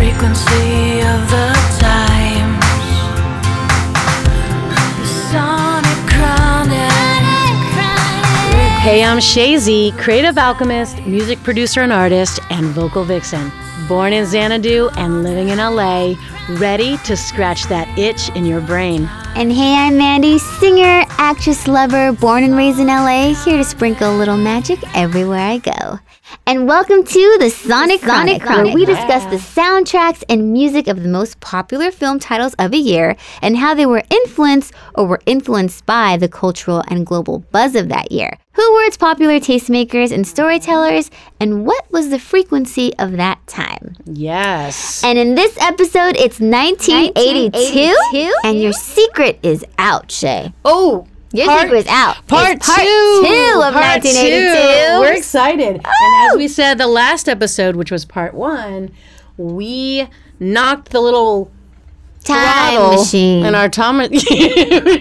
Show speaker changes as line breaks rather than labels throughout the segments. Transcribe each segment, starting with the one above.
frequency of the times. The sonic chronic.
Hey, I'm Shazy, creative alchemist, music producer and artist, and vocal vixen. Born in Xanadu and living in LA, ready to scratch that itch in your brain.
And hey, I'm Mandy, singer, actress, lover, born and raised in LA, here to sprinkle a little magic everywhere I go. And welcome to the Sonic Chronic, where we discuss the soundtracks and music of the most popular film titles of a year and how they were influenced or were influenced by the cultural and global buzz of that year. Who were its popular tastemakers and storytellers, and what was the frequency of that time?
Yes.
And in this episode, it's 1982,
1982?
and your secret is out, Shay.
Oh,
Your
Part-
secret is out. It's
Part,
part
two.
two of Oh.
Part
1982.
two. We're excited. And as we said, the last episode, which was part one, we knocked the little
Time
throttle
machine.
and our time we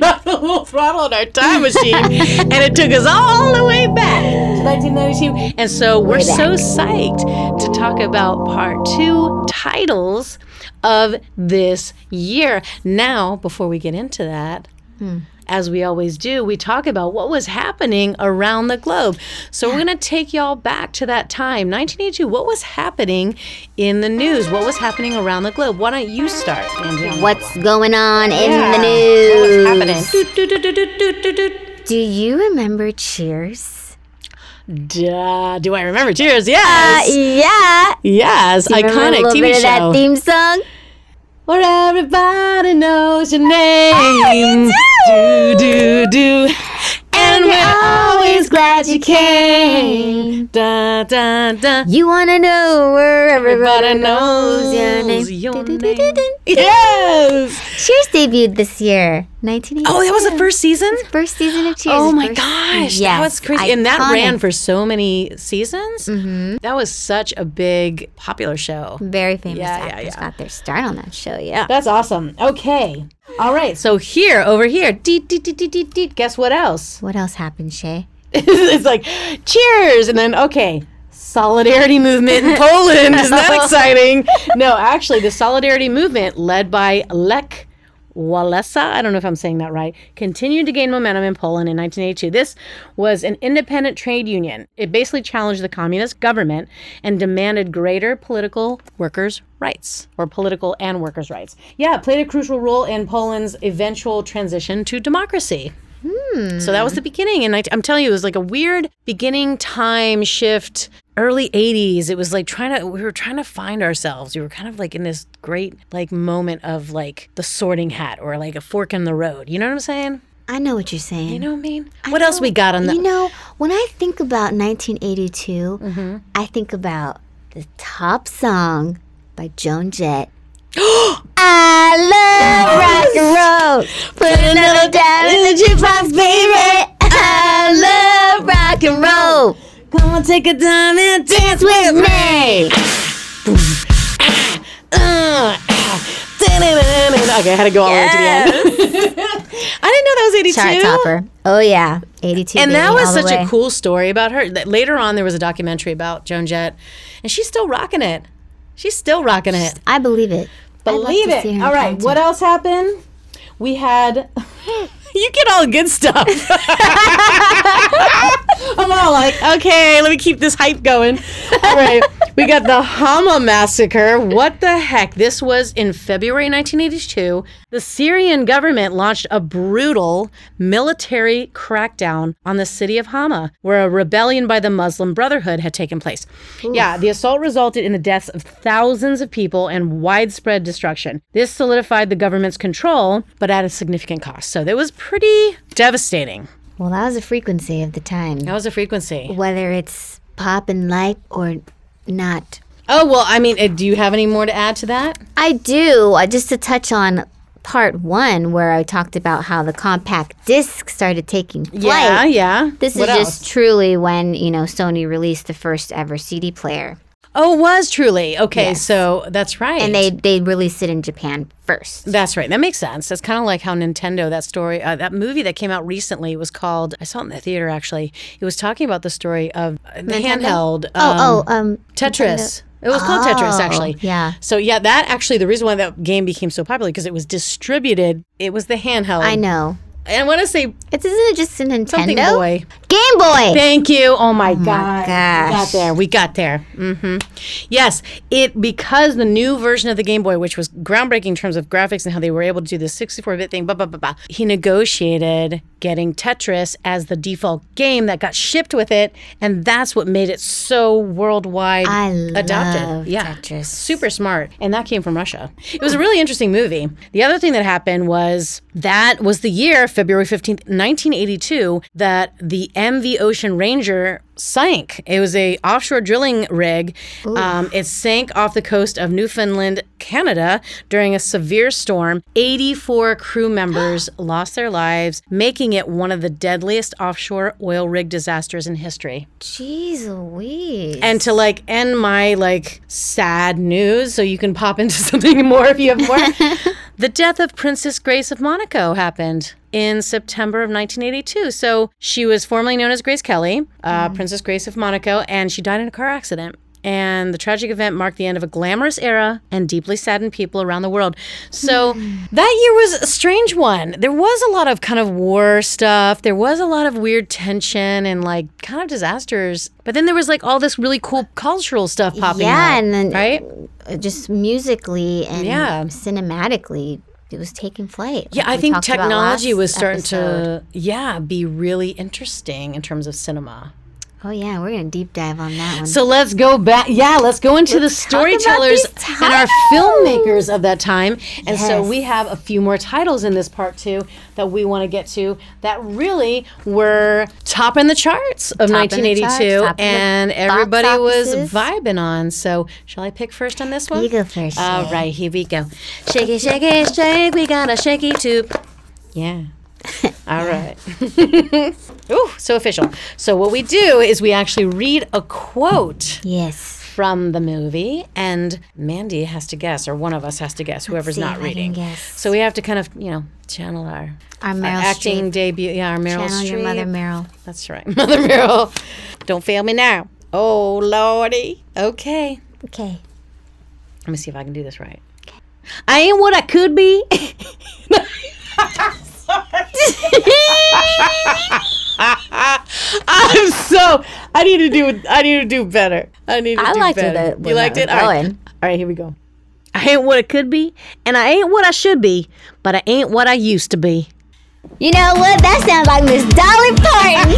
knocked the little throttle in our time machine, and it took us all the way back to 1992. And so we're so psyched to talk about part two titles of this year. Now, before we get into that
Hmm.
as we always do, we talk about what was happening around the globe. So we're going to take y'all back to that time, 1982. What was happening in the news? What was happening around the globe? Why don't you start, Andrea?
What's going on in the news?
Yeah. What's happening?
Do you remember Cheers?
Duh. Do I remember? Cheers. Yes.
Uh, Yeah.
yes.
Remember a
Iconic
little
TV
bit
show.
of that theme song?
Where everybody knows your name. Oh, do. do, do, And we're always glad you came. Da, da, da.
You want to know where everybody,
Everybody knows
your name.
your
Du-du-du-du-du.
name. Yes.
Cheers debuted this year, 1980.
Oh, that was the first season?
First season of Cheers.
Oh
is
my
first-
gosh.
Yes,
That was crazy. And that
iconic. Mm-hmm.
ran for so many seasons. That was such a big, popular show.
Very famous
Yeah, yeah,
actors
yeah.
got their start on that show. Yeah.
That's awesome. Okay. All right. So here, over here, deet, deet, deet, deet, deet, deet. Guess what else?
What else happened, Shay?
it's like cheers and then okay solidarity movement in poland is that exciting no actually the solidarity movement led by lech Walesa, I don't know if I'm saying that right, continued to gain momentum in Poland in 1982. This was an independent trade union. It basically challenged the communist government and demanded greater political workers' rights, or political and workers' rights. Yeah, it played a crucial role in Poland's eventual transition to democracy. So that was the beginning. And I, I'm telling you, it was like a weird beginning time shift, early 80s. It was like trying to, we were trying to find ourselves. We were kind of like in this great like moment of like the sorting hat or like a fork in the road. You know what I'm saying?
I know what you're saying.
You know what I mean? what else we got on the.
You know, when I think about 1982,
Mm-hmm.
I think about the top song by Joan Jett. I love rock and roll. Put another dime in the jukebox, baby. I love rock and roll.
Come on, take a dime and dance
With me.
Uh, ah, da-da-da-da-da. Okay, I had to go all the way to the end. I didn't know that was 82.
Chart topper. Oh yeah, 82.
And that
baby,
was
all the
such a
way.
cool story about her. That later on, there was a documentary about Joan Jett, and she's still rocking it. She's still rocking it.
I believe it. I'd love
Believe
to see
it.
her
All right.
concert.
What else happened? We had. you get all good stuff. I'm all like, okay, let me keep this hype going. All right. We got the Hama massacre. What the heck? This was in February 1982. The Syrian government launched a brutal military crackdown on the city of Hama, where a rebellion by the Muslim Brotherhood had taken place. Yeah, the assault resulted in the deaths of thousands of people and widespread destruction. This solidified the government's control, but at a significant cost. So that was pretty devastating.
Well, that was a frequency of the time.
That was a frequency.
whether it's pop and light or not.
Oh well, I mean, uh, do you have any more to add to that?
I do, uh, just to touch on part one, where I talked about how the compact disc started taking flight.
Yeah, yeah.
This is
What else?
just truly when, you know, Sony released the first ever CD player.
Oh, was truly okay. So that's right.
And they, they released it in Japan first.
That's right. That makes sense. That's kind of like how Nintendo, that story, uh, that movie that came out recently was called, I saw it in the theater actually. It was talking about the story of uh, the handheld um,
oh, oh, um,
Tetris. It was called Tetris,
Oh,
actually.
yeah.
So yeah, that actually the reason why that game became so popular because it was distributed. It was the handheld.
I know.
And I want to say
It's isn't it just a Nintendo?
something boy.
Game Boy.
Thank you. Oh my god.
gosh.
We got there. We got there. hmm Yes, it because the new version of the Game Boy, which was groundbreaking in terms of graphics and how they were able to do the 64-bit thing, blah blah blah blah. He negotiated getting Tetris as the default game that got shipped with it, and that's what made it so worldwide
I
adopted.
love
yeah,
Tetris.
super smart, and that came from Russia. It was a really interesting movie. The other thing that happened was that was the year February fifteenth, nineteen eighty-two, that the MV Ocean Ranger sank. It was a offshore drilling rig. Um, it sank off the coast of Newfoundland, Canada, during a severe storm. Eighty-four crew members lost their lives, making it one of the deadliest offshore oil rig disasters in history
Jeez Louise.
and to like end my like sad news so you can pop into something more if you have more the death of princess grace of monaco happened in september of 1982 so she was formerly known as grace kelly uh,
Mm-hmm.
princess grace of monaco and she died in a car accident and the tragic event marked the end of a glamorous era and deeply saddened people around the world. So
Mm-hmm.
that year was a strange one. There was a lot of kind of war stuff. There was a lot of weird tension and like kind of disasters. But then there was like all this really cool cultural stuff popping
yeah,
up.
and then
right?
uh, just musically and
Yeah.
cinematically, it was taking flight.
Yeah,
like
I
we
think
talked about
technology
last
was starting
episode.
to yeah, be really interesting in terms of cinema.
Oh yeah, we're gonna deep dive on that one.
So let's go back. Yeah, let's go into the
talk about
storytellers
these
and our filmmakers of that time. And so
Yes.
we have a few more titles in this part too that we want to get to that really were top in the charts of
Top in the
1982
charts, top in the
and
box
everybody was
offices.
vibing on. So shall I pick first on this one?
you go first.
All right, here we go. Shake it, shake it, shake. We got a shaky tube. Yeah. All right. Ooh, so official. So what we do is we actually read a quote
yes.
from the movie, and Mandy has to guess, or one of us has to guess, whoever's
see if
not
I can
reading.
guess.
So we have to kind of, you know, channel our,
Our Meryl
our acting
Streep.
debut. Yeah, our Meryl
Channel
Streep.
your mother, Meryl.
That's right, Mother Meryl. Don't fail me now. Oh lordy. Okay.
Okay.
Let me see if I can do this right. I ain't what I could be. I'm so. I need to do. I need to do better. I need. To
I
do
liked it
better.
that- where
You
that
liked
was
it. All right.
going.
All right. Here we go. I ain't what I could be, and I ain't what I should be, but I ain't what I used to be.
You know what? That sounds like Miss Dolly Parton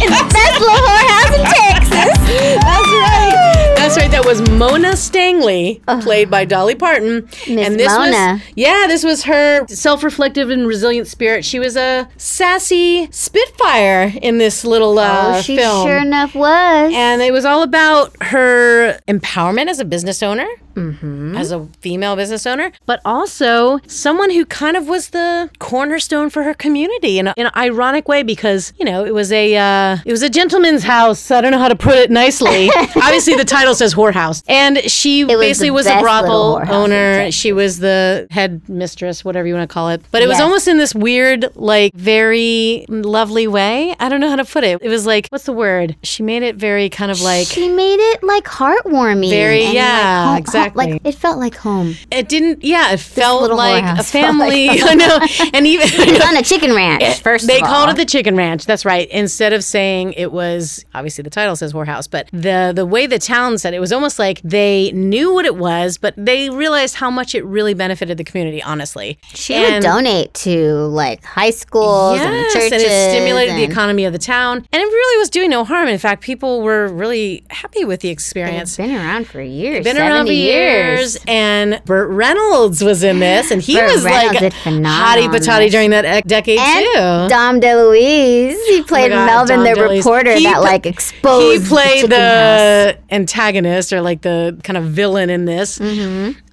in the best little whorehouse in Texas. That's right.
That's right. That was Mona Stangley, played by Dolly Parton.
Uh-huh. Miss
and this
Mona.
was yeah, this was her self-reflective and resilient spirit. She was a sassy spitfire in this little uh,
oh, she
film.
sure enough was.
and it was all about her empowerment as a business owner,
Mm-hmm.
as a female business owner, but also someone who kind of was the cornerstone for her community in, a, in an ironic way because you know it was a uh, it was a gentleman's house. I don't know how to put it nicely. Obviously, the title says whorehouse, and she
was
basically
the
was a
best little
brothel
whorehouse in
owner.
Texas.
She was the head mistress, whatever you want to call it. But it was
Yes.
almost in this weird, like very lovely way. I don't know how to put it. It was like what's the word? She made it very kind of like
she made it like heartwarming.
Very-
and,
yeah,
home- home-
exactly.
like it felt like home.
it didn't. Yeah, it felt
little
like a
whorehouse felt like
family. I know, and even
On a chicken ranch, first
they
of all.
called it the chicken ranch that's right instead of saying it was obviously the title says whorehouse but the the way the town said it was almost like they knew what it was but they realized how much it really benefited the community honestly
She would donate to like high schools and
Yes,
churches.
and it stimulated the
and-
economy of the town, and it really was doing no harm. In fact, people were really happy with the experience.
It's been around for years.
been around
70
for years. And Burt Reynolds was in this, and he
Burt
was
Reynolds
like
did
hottie
phenomenal on
patati
this.
during that ec- decade too.
And Dom DeLuise, he played
Oh God,
Melvin,
Dom
the
DeLuise.
reporter
He
that
pl-
like exposed.
He played
the, chicken house. Mm-hmm.
the antagonist or like the kind of villain in this.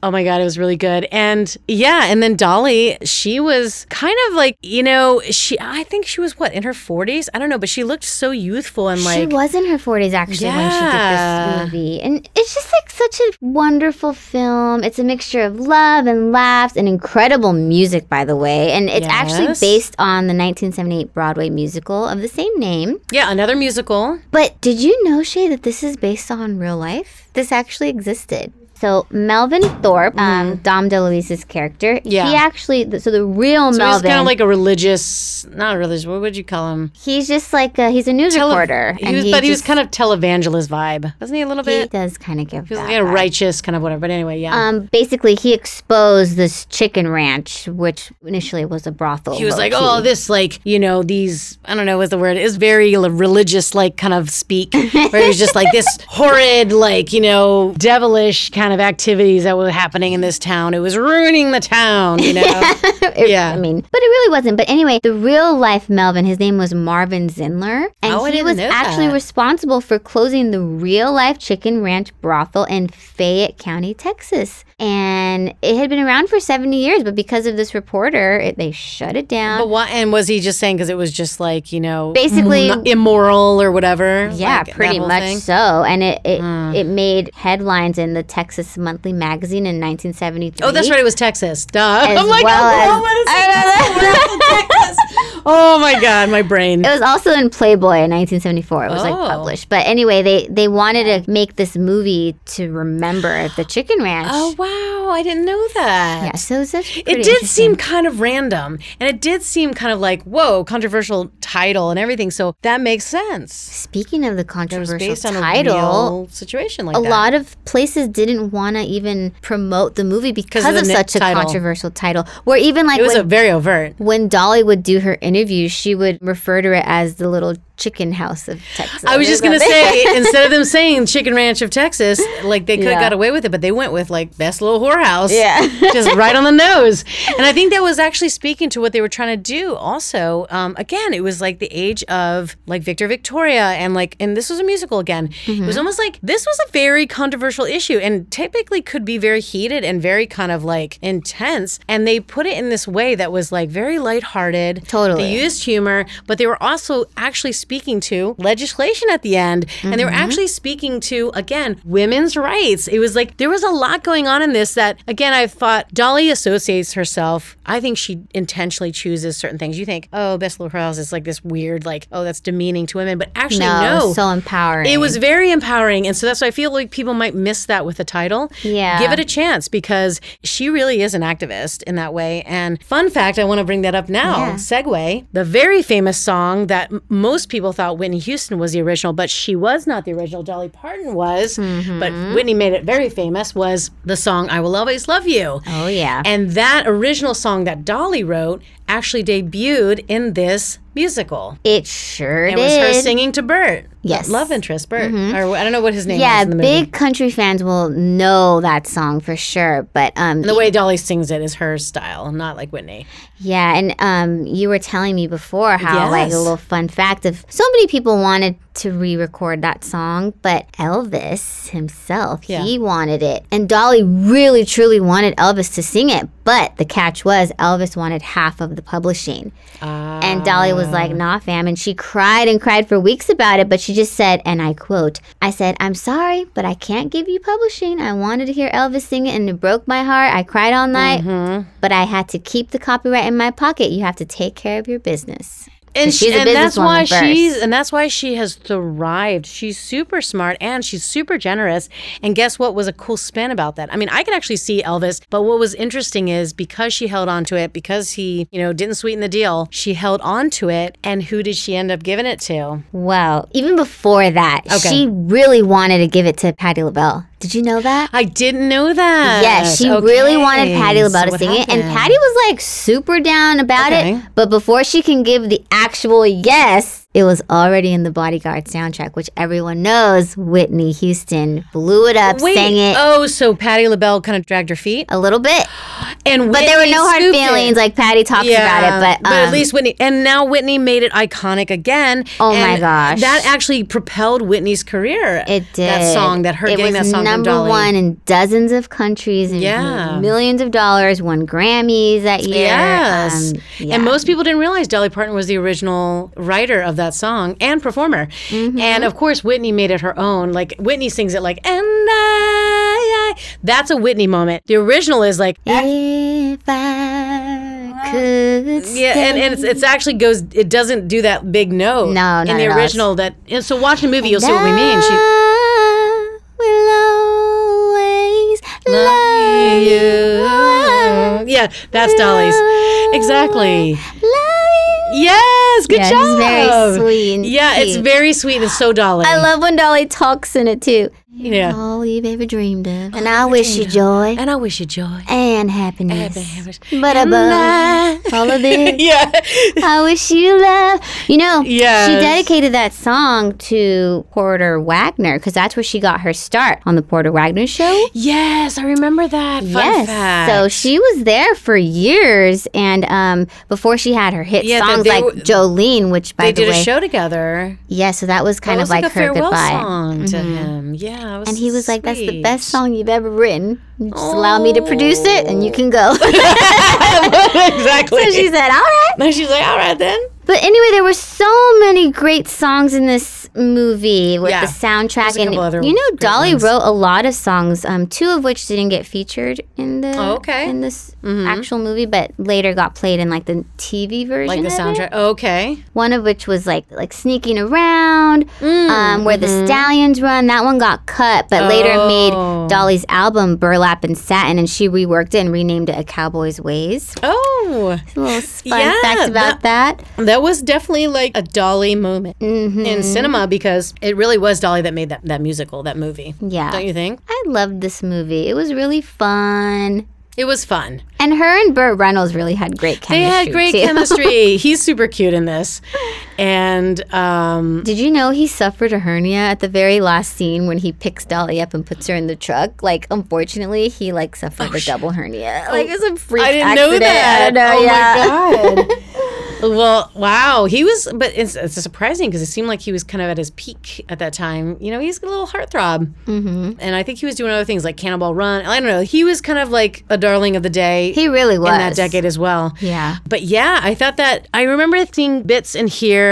Oh my God, it was really good. And yeah, and then Dolly, she was kind of like, you know, she, I think she was what, in her 40s? I don't know, but she looked so youthful and
she
like,
was in her 40s actually
Yeah.
when she did this movie. And it's just like such a wonderful film. It's a mixture of love and laughs and incredible music, by the way. And it's actually
Yes.
based on the 1978 Broadway musical of the same name.
yeah, another musical.
But did you know, Shay, that this is based on real life? This actually existed. So Melvin Thorpe, um, Dom DeLuise's character,
Mm-hmm. Yeah.
he actually, so the real
So he's
Melvin,
kind of like a religious, not a religious, what would you call him?
he's just like a, he's a news
Tele-
reporter,
He was, but he was
just-
kind of televangelist vibe, wasn't he a little
he
bit?
does kind of give
He was
that
kind of
vibe.
righteous, kind of whatever. But anyway, yeah.
Um, basically, he exposed this chicken ranch, which initially was a brothel.
he was like,
low-key.
oh, this, like, you know, these, I don't know what's the word, is very li- religious, like, kind of speak, where it was just like this horrid, like, you know, devilish kind of activities that were happening in this town. It was ruining the town, you know?
It-
yeah.
I mean, but it really wasn't. But anyway, the real life Melvin, his name was Marvin Zindler, and
Oh, I
he
didn't
was
know
actually
that.
responsible for closing the real life chicken ranch brothel in Fayette County, Texas. And it had been around for seventy years, but because of this reporter, it, they shut it down.
but what, and was he just saying because it was just like, you know,
Basically-
m- immoral or whatever?
Yeah,
like, that
pretty
whole
much
thing? Hmm.
so. And it it, it made headlines in the Texas Monthly Magazine in 1973.
Oh, that's right. It was Texas. Duh.
As
I'm like,
well as-
Oklahoma is
I
Texas. Oh my God, my brain.
It was also in Playboy in 1974. It was like
Oh.
published. But anyway, they they wanted to make this movie to remember the Chicken Ranch.
Oh wow, I didn't know that.
yeah. So it's just pretty
It did seem kind of random, and it did seem kind of like whoa, controversial title and everything. So that makes sense.
Speaking of the
It was
controversial
based on
title,
a real situation like
a
that.
lot of places didn't want to even promote the movie because
of
of,
the ni-
such a
title.
controversial title. Where even like
It was
when,
a very overt.
when Dolly would do her interviews, she would refer to it as the little chicken house of Texas.
I was just gonna say instead of them saying Chicken Ranch of Texas, like they could have
Yeah.
got away with it, but they went with like best little whorehouse.
Yeah.
just right on the nose. And I think that was actually speaking to what they were trying to do. Also, um, again, it was like the age of like Victor Victoria and like and this was a musical again. It
Mm-hmm.
was almost like this was a very controversial issue and typically could be very heated and very kind of like intense. And they put it in this way that was like very lighthearted.
Totally.
They used humor, but they were also actually speaking to legislation at the end. And they were
Mm-hmm.
actually speaking to, again, women's rights. It was like there was a lot going on in this that, again, I thought Dolly associates herself. I think she intentionally chooses certain things. You think, oh, Best Little House is like this weird, like, oh, that's demeaning to women. But actually,
no,
no.
so empowering.
It was very empowering. And so that's why I feel like people might miss that with the title.
Yeah.
Give it a chance because she really is an activist in that way. And fun fact, I want to bring that up now.
Yeah.
Segue. The very famous song that m- most people thought Whitney Houston was the original, but she was not the original. Dolly Parton was, but
Mm-hmm.
Whitney made it very famous, was the song I Will Always Love You.
Oh yeah.
And that original song that Dolly wrote actually debuted in this musical.
It sure
It
did.
was her singing to Bert.
Yes. Mm-hmm.
Love interest, Bert. Or I don't know what his name
yeah,
is in the movie.
big country fans will know that song for sure. But um,
The way Dolly sings it is her style, not like Whitney.
yeah, and um, you were telling me before how like
Yes.
a little fun fact of so many people wanted to re-record that song, but Elvis himself
Yeah.
he wanted it, and Dolly really truly wanted Elvis to sing it. But the catch was Elvis wanted half of the publishing.
Uh,
And Dolly was like, nah, fam. And she cried and cried for weeks about it, but she just said, and I quote, I said, I'm sorry, but I can't give you publishing. I wanted to hear Elvis sing it and it broke my heart. I cried all night,
Mm-hmm.
but I had to keep the copyright in my pocket. You have to take care of your business.
and
she's
she,
a
and that's
businesswoman
why
first.
she's and that's why she has thrived. She's super smart and she's super generous. And guess what was a cool spin about that? I mean, I could actually see Elvis, but what was interesting is because she held on to it, because he, you know, didn't sweeten the deal, she held on to it. And who did she end up giving it to?
Well, even before that,
Okay.
she really wanted to give it to Patti LaBelle. Did you know that?
I didn't know that.
Yeah, she really wanted Patty
Okay, so
LaBelle to
what
sing it, and
happened?
Patty was like super down about
Okay.
it. But before she can give the actual yes, it was already in the Bodyguard soundtrack, which everyone knows Whitney Houston blew it up, sang it
uh, Oh, so Patty LaBelle kind of dragged her feet.
a little bit.
And
But there were no hard feelings, like Patty talks about it. But,
at
um,
least Whitney, and now Whitney made it iconic again.
Oh my
and
gosh.
that actually propelled Whitney's career.
it did
that song that her
it
getting
was
that song from
number
Dolly.
one in dozens of countries and
Yeah.
millions of dollars. Won Grammys that year.
Yes.
Um, yeah.
And most people didn't realize Dolly Parton was the original writer of that song and performer.
Mm-hmm.
And of course, Whitney made it her own. Like, Whitney sings it like, and I, I. That's a Whitney moment. The original is like,
if I could, stay.
yeah, and, and it's, it's actually goes, it doesn't do that big note.
No,
In
not
the
at all.
original, that, and so watch the movie, you'll see what we mean. She,
I will always love you.
yeah, that's Dolly's. Exactly.
Love you.
Yes, good
Yeah,
job.
it's very sweet and
Yeah, it's
cute.
very sweet and so Dolly.
I love when Dolly talks in it too.
Yeah.
All you've ever dreamed of. And I wish you joy
And I wish you joy.
and happiness.
happiness.
But above all of it,
Yeah.
I wish you love. You know, she
Yes.
dedicated that song to Porter Wagner because that's where she got her start on the Porter Wagner show.
Yes, I remember that. Fun
yes.
fact.
So she was there for years, and um, before she had her hit
Yeah, but
songs
they
like
were-
Jolene, which by
they
the
did
way,
a show together.
yeah, so that was kind
That was
of like,
a
her
farewell
goodbye.
song
Mm-hmm.
to him. Yeah. it was
And he was like, "That's the best
sweet. Oh.
song you've ever written. You Just allow me to produce it, and you can go." so
exactly.
she said, "All right."
and she's like, all right then.
But anyway, there were so many great songs in this movie with
Yeah.
the soundtrack,
There's a
and
couple other
you know,
great
Dolly
ones.
wrote a lot of songs. Um, two of which didn't get featured in the
Oh, okay. Mm-hmm.
in this actual movie, but later got played in like the TV version,
Like the
of it.
soundtrack. Oh, Okay.
One of which was like like sneaking around,
Mm,
um, where
mm-hmm.
the stallions run. That one got cut, but later
Oh.
made Dolly's album Burlap and Satin, and she reworked it and renamed it A Cowboy's Ways.
Oh.
A little fun
Yeah,
fact about that.
That was definitely like a Dolly moment in cinema because it really was Dolly that made that, that musical, that movie.
Yeah.
Don't you think?
I loved this movie. It was really fun.
It was fun.
And her and Burt Reynolds really had great chemistry.
They had great
too.
chemistry. He's super cute in this. And um,
Did you know he suffered a hernia at the very last scene when he picks Dolly up and puts her in the truck? Like, unfortunately, he like suffered a double hernia. Like, it's a freak
Oh, I didn't
accident.
know that.
I don't
oh
know, yeah.
my god. well, wow. He was, but it's, it's surprising because it seemed like he was kind of at his peak at that time. You know, he's a little heartthrob, mm-hmm. and I think he was doing other things like Cannonball Run. I don't know. He was kind of like a darling of the day.
He really was
in that decade as well.
Yeah.
But yeah, I thought that I remember seeing bits in here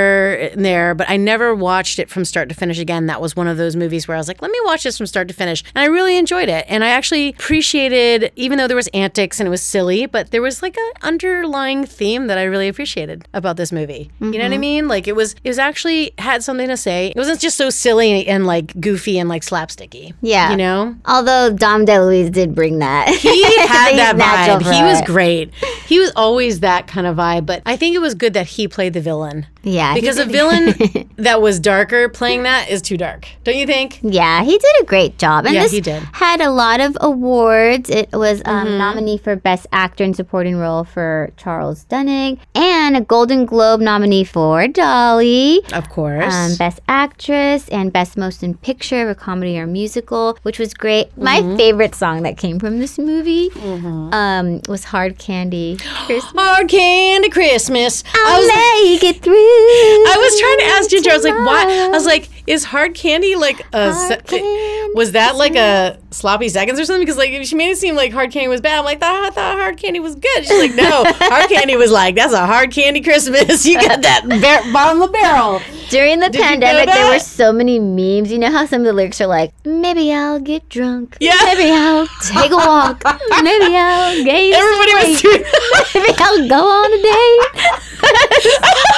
and there, but I never watched it from start to finish again. That was one of those movies where I was like, let me watch this from start to finish. And I really enjoyed it. And I actually appreciated, even though there was antics and it was silly, but there was like an underlying theme that I really appreciated about this movie. You know what I mean? Like it was it was actually had something to say. It wasn't just so silly and like goofy and like slapsticky.
Yeah.
You know?
Although Dom DeLuise did bring that.
he had
He's
that
natural
vibe.
for
He was
it.
great. He was always that kind of vibe. But I think it was good that he played the villain
Yeah. he
because a
did-
villain that was darker playing that is too dark, don't you think?
Yeah, he did a great job. And
Yeah,
this
he did. Mm-hmm.
had a lot of awards. It was um, nominee for Best Actor in Supporting Role for Charles Dunning and a Golden Globe nominee for Dolly.
Of course.
Um, Best Actress and Best Motion Picture, a comedy or musical, which was great.
Mm-hmm.
My favorite song that came from this movie um, was "Hard Candy." Chris,
Hard candy Christmas. I
I'll
was,
make it through.
I was trying to ask Ginger. I was like, why? I was like, is hard candy like a? se-
candy
was that like a sloppy seconds or something? Because like she made it seem like hard candy was bad. I'm like, I thought hard candy was good. She's like, no, hard candy was like that's a hard candy Christmas. You got that bar- bottom of the barrel.
During the
you know
pandemic, there were
that?
so many memes. You know how some of the lyrics are like, "Maybe I'll get drunk.
Yeah.
Maybe I'll take a walk. Maybe I'll gain some
Everybody was
weight.
doing
Maybe I'll go on a date."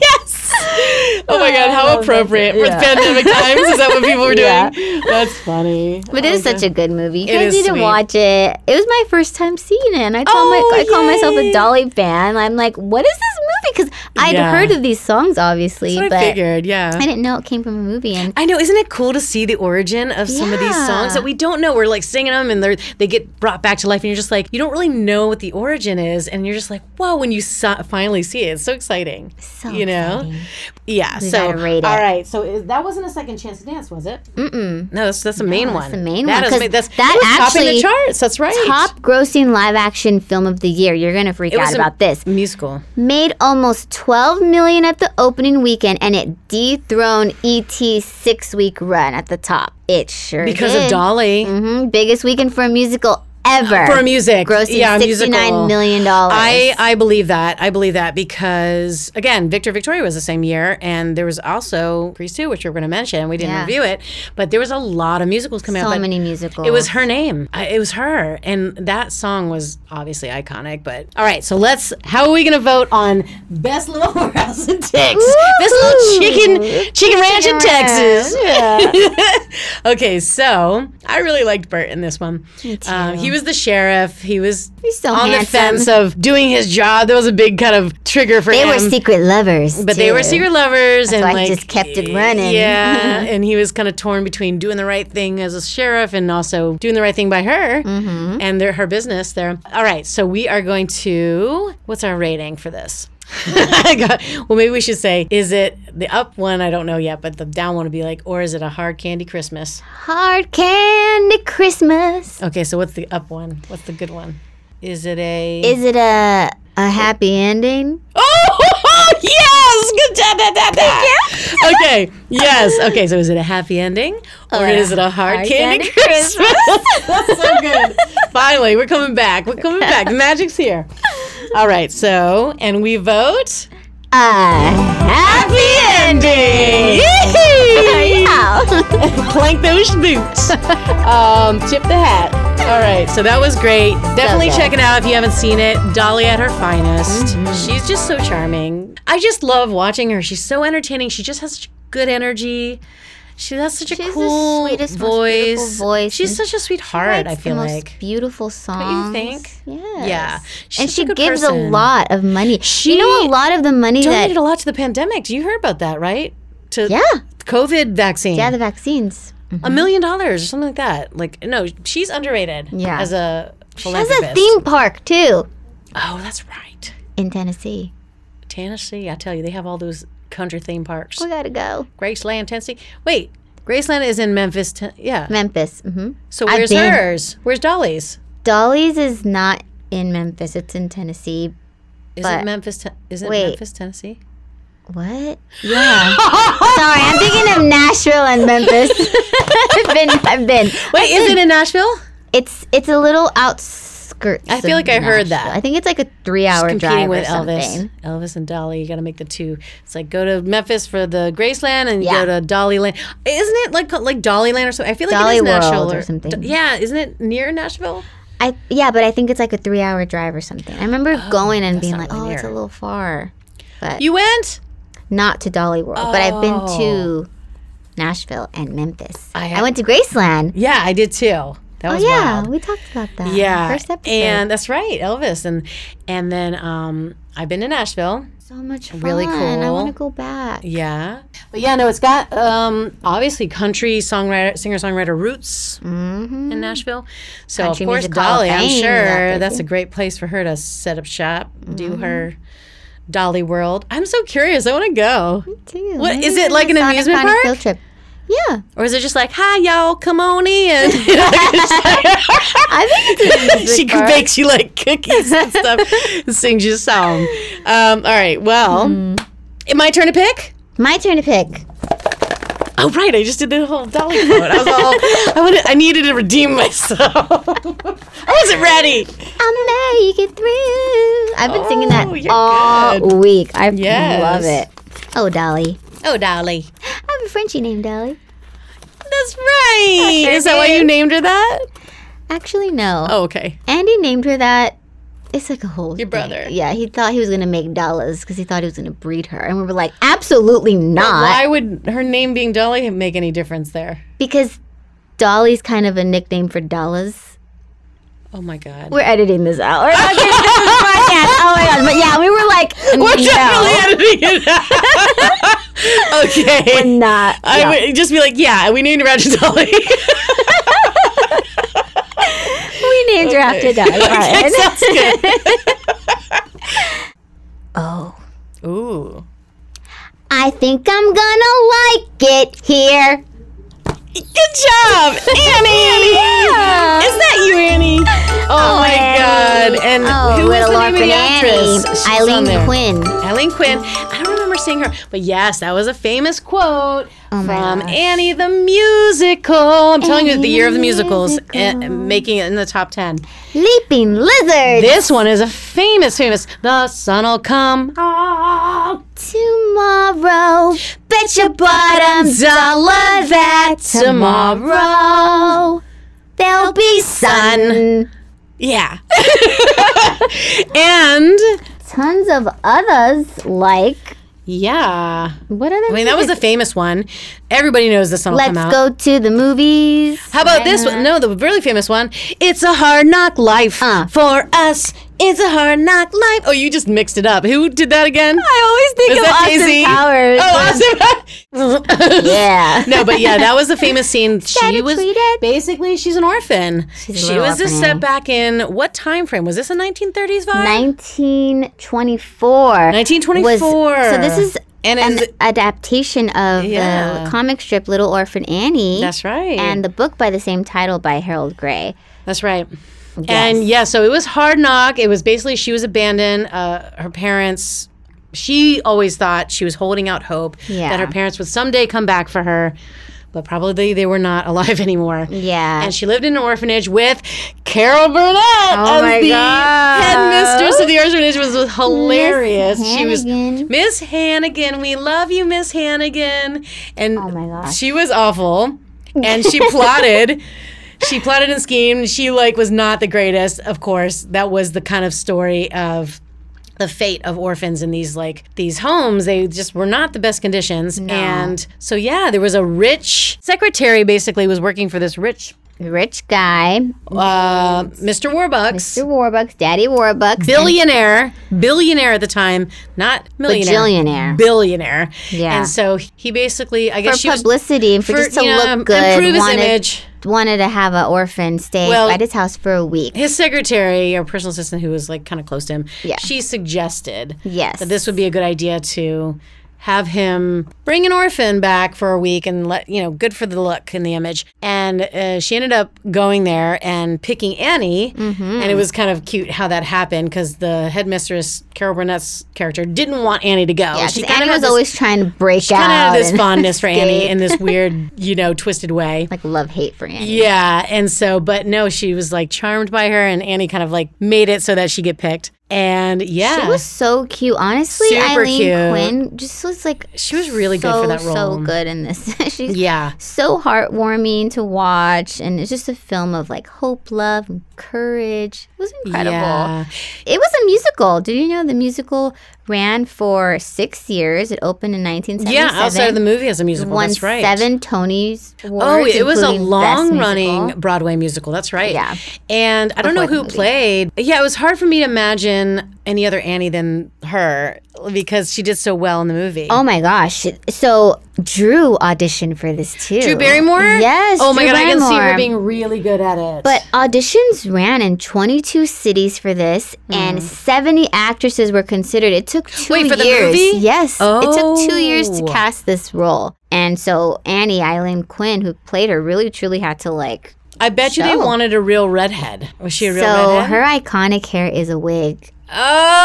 yes. Oh my god,
I love
how
that
appropriate
bit,
for
yeah.
pandemic times. Is that what people were doing?
Yeah.
That's funny. Oh
But it is such a good movie.
It
You
is
guys need to
sweet.
watch it. It was my first time seeing it, and I call
Oh,
my I call myself a
yay.
Dolly fan. I'm like, what is this movie? Because I'd
Yeah.
heard of these songs, obviously,
That's what I
but
figured, yeah.
I didn't know it came from a movie. And
I know, isn't it cool to see the origin of some of these songs
Yeah.
that we don't know? We're like singing them and they're, they get brought back to life, and you're just like, you don't really know what the origin is, and you're just like, whoa, when you so- finally see it, it's so exciting.
So
you know?
exciting.
Yeah.
We
so
gotta rate it.
all right. So is, that wasn't a second chance to dance, was it?
Mm-mm.
No, that's that's the main one.
that's the main
That
one,
is
'cause
ma- that's
that
that was topping
actually-
the charts. That's right.
Top grossing live action film of the year. You're gonna freak
It
out
was a-
about this.
musical.
Made almost 12 million at the opening weekend, and it dethroned ET's six week run at the top. It sure
Because
did.
of Dolly
hmm Biggest weekend for a musical ever.
for music.
grossing
yeah,
sixty
musical.
nine million dollars.
I, I believe that. I believe that because again, Victor Victoria was the same year, and there was also Grease Two, which we are going to mention. We didn't
Yeah.
review it, but there was a lot of musicals coming out.
so
but
many musicals.
It was her name. I, it was her, and that song was obviously iconic. But all right, so let's. How are we going to vote on best little whorehouse in Texas? Best little chicken chicken ranch in Texas. okay, so I really liked Bert in this one. Um, he was the sheriff. He was
He's so
on the
handsome.
fence of doing his job. That was a big kind of trigger for
They
him.
were secret lovers,
but they were secret lovers, and
why he
like
just kept it running.
Yeah, and he was kind of torn between doing the right thing as a sheriff and also doing the right thing by her
Mm-hmm.
and their her business there. All right, so we are going to what's our rating for this? I got- well, maybe we should say is it the up one? I don't know yet, but the down one would be like, or is it a hard candy Christmas?
Hard candy Christmas.
Okay, so what's the up one? What's the good one? Is it a?
Is it a a happy ending?
oh yes, good job. Da, da, da. Okay, yes. Okay, so is it a happy ending or is it a hard, candy,
candy
Christmas? That's so good. Finally, we're coming back. We're coming back. The magic's here. All right, so and we vote
A happy
ending.
ending. Yeah.
Plank those boots. um, tip the hat. All right, so that was great. Definitely
good.
check it out if you haven't seen it. Dolly at her finest.
Mm-hmm.
She's just so charming. I just love watching her. She's so entertaining. She just has such good energy. She has such
She
a
has the
cool
sweetest, most
voice.
beautiful voice,
She's
and
such a sweetheart. I
Writes the
feel
most
like.
beautiful songs.
think?
Yes.
Yeah, she's
and
such
she
a good
gives a
person.
lot of money. you know,
She
a lot of the money that
Donated a lot to the pandemic. Do you hear about that? Right? To
yeah,
COVID vaccine.
yeah, the vaccines.
a million dollars or something like that. Like no, she's underrated.
Yeah.
as a
She has
philanthropist.
a theme park too
Oh, that's right.
in Tennessee.
Tennessee, I tell you, they have all those country theme parks.
We gotta go.
Graceland, Tennessee. Wait, Graceland is in Memphis. Ten- yeah.
Memphis. hmm
so
I've
where's
been.
hers? Where's Dolly's?
Dolly's is not in Memphis. It's in Tennessee.
Is
But-
it Memphis? Ten- is it
wait.
Memphis, Tennessee?
What? Yeah. Sorry, I'm thinking of Nashville and Memphis. I've been. I've been.
Wait, is it in Nashville?
It's it's a little outskirts.
I feel
of
like I heard
Nashville.
that.
I think it's like a three-hour
Competing
drive
with
or
Elvis.
something.
Elvis and Dolly. You got to make the two. It's like go to Memphis for the Graceland and
Yeah.
go to Dollyland. Isn't it like like Dollyland or something? I feel like
Dolly
it is
World
Nashville
or something.
yeah, isn't it near Nashville?
I yeah, but I think it's like a three-hour drive or something. I remember going and being
not
like,
really
"Oh, it's a
near.
little far," but
You went?
not to Dolly World. But I've been
Oh.
to Nashville and Memphis.
I
I,
have-
went to Graceland.
Yeah, I did too. That
Oh
was
yeah,
wild.
we talked about that.
Yeah.
first episode.
And that's right, Elvis. And and then um I've been to Nashville.
so much fun.
really
I
cool.
want to go back.
Yeah. But yeah, no, it's got um obviously country songwriter singer songwriter roots
hmm
in Nashville. So
Country
of course
Music Hall of
Dolly, I'm
Fame,
sure
that Mm-hmm.
that's
busy.
a great place for her to set up shop, do her Dolly World. I'm so curious. I want to go.
Too.
What-
Maybe
is
we
it
do
like
a
an
Sonic
amusement
Sonic
park?
Field trip. Yeah,
Or is it just like, "Hi y'all, come on in." You know, it's like-
I think it's an amusement
she
park.
bakes you like cookies and stuff and sings you a song. Um, all right, well, it my turn to pick.
My turn to pick.
Oh right, I just did the whole dolly vote. I was all I wanted, I needed to redeem myself. I wasn't ready.
I'll make it through. I've been singing
Oh,
that
you're
all
good.
week. I
Yes.
love it. Oh, Dolly.
Oh Dolly,
I have a Frenchie named Dolly.
that's right.
sure
Is that why you
did.
named her that?
Actually, no.
Oh okay.
Andy named her that. It's like a whole. Your
brother.
Yeah, he thought he was gonna make Dollas because he thought he was gonna breed her, and we were like, absolutely not,
why would her name being Dolly make any difference there?
because Dolly's kind of a nickname for Dollas.
Oh my God.
We're editing this out. We're not getting this is podcast. Oh my god! But yeah, we were like,
We're
no,
definitely editing it out. okay.
we're not.
I
yeah.
would just be like, yeah, we named her after Dolly.
we named her after Dolly Parton.
Sounds good.
Oh.
Ooh.
I I think I'm gonna like it here.
Good job, Annie.
Yeah.
Is that you, Annie? Oh, my
Annie.
God! And
oh,
who was
little
the name of
orphan
the
Annie.
actress? She's on
Eileen
there.
Quinn.
Eileen Quinn. I don't remember seeing her, but yes, that was a famous quote
Oh my
from
gosh.
Annie the Musical. I'm telling you, the
Annie
year of
the
the musicals, eh,
Musical.
making it in the top ten.
Leaping lizard.
This one is a famous, famous. The sun'll come.
tomorrow. Bet your bottom dollar that tomorrow there'll be sun.
Yeah. and
Tons of others like
yeah,
what are they?
I mean that was a famous one. Everybody knows the sun'll
Let's
come out.
go to the movies.
How about this one? No, the really famous one. It's a hard knock life
Uh.
for us. It's a hard knock life. Oh, you just mixed it up. Who did that again?
always think
Is that Jay-Z? Oh, awesome.
Yeah.
No, but yeah, that was a famous scene. She
Static
was
tweeted.
basically she's an orphan.
a
she
little
was just
orphan,
set
Annie.
back in what time frame was this? A 1930s vibe?
1924.
1924.
Was, so this is
And
an
is-
adaptation of
Yeah.
the comic strip Little Orphan Annie.
That's right.
e-, And the book by the same title by Harold Gray.
That's right. And yeah, so it was hard knock. It was basically she was abandoned. Uh, her parents, she always thought she was holding out hope
Yeah.
that her parents would someday come back for her, but probably they, they were not alive anymore.
Yeah.
And she lived in an orphanage with Carol Burnett as
Oh my
the
gosh.
headmistress of the orphanage, which was hilarious. she was
Hannigan.
Miss Hannigan. We love you, Miss Hannigan. And
Oh my gosh.
she was awful, and she plotted. She plotted and schemed. She like was not the greatest, of course. That was the kind of story of the fate of orphans in these like these homes. They just were not the best conditions, and so yeah, there was a rich secretary basically was working for this rich
Rich guy,
uh, Mr. Warbucks.
Mr. Warbucks, Daddy Warbucks,
Billionaire, billionaire at the time, not millionaire,
billionaire.
billionaire.
Yeah.
and so he basically, I
For
guess she was
publicity and for, just to
you know, um,
look good,
improve his
wanted,
image.
wanted to have an orphan stay
Well-
at his house for a week.
His secretary or personal assistant, who was like kind of close to him,
Yeah.
she suggested
Yes.
that this would be a good idea to have him bring an orphan back for a week and let you know good for the look and the image and uh, she ended up going there and picking annie
Mm-hmm.
and it was kind of cute how that happened because the headmistress carol burnett's character didn't want annie to go
yeah,
she
'cause
kind
Annie
of
was always trying to break out.
kind of had this
and
fondness for annie
escape.
in this weird you know twisted way
like love hate for Annie.
yeah, and so, but no, she was like charmed by her, and Annie kind of like made it so that she get picked. And yeah,
She was so cute. Honestly,
Super
Eileen
cute.
Quinn just was like
She was really good
so,
for that
So
role.
good in this. She's
yeah,
so heartwarming to watch and it's just a film of like hope, love, and courage. It was incredible.
Yeah.
It was a musical. Did you know the musical ran for 6 years? It opened in 1977.
yeah. Outside of the movie as a musical,
won
that's right.
7 Tony's awards.
Oh, it was a
including Best
long running
Musical.
Broadway musical. That's right.
Yeah.
And I don't know
Before the
who
movie.
played. Yeah, it was hard for me to imagine any other Annie than her because she did so well in the movie.
Oh my gosh. So Drew auditioned for this too.
Drew Barrymore?
Yes.
Oh my
Drew
God, I can see her
Barrymore.
being really good at it.
But auditions ran in 22 cities for this, and 70 actresses were considered. It took two
Hmm. Wait,
years.
for the movie?
Yes, it took two years to
Oh.
cast this role, and so Annie Eileen Quinn, who played her, really truly had to like.
I bet you they
So-
wanted a real redhead. Was she a real
so
redhead?
her iconic hair is a wig.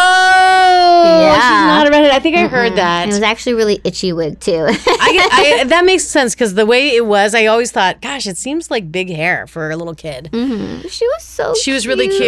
Oh,
Yeah.
she's not a redhead. I think I heard
And it was
that.
actually really itchy wig too.
I, get- I, that makes sense because the way it was, I always thought, gosh, it seems like big hair for a little kid.
she was so.
Hmm. She was really cute,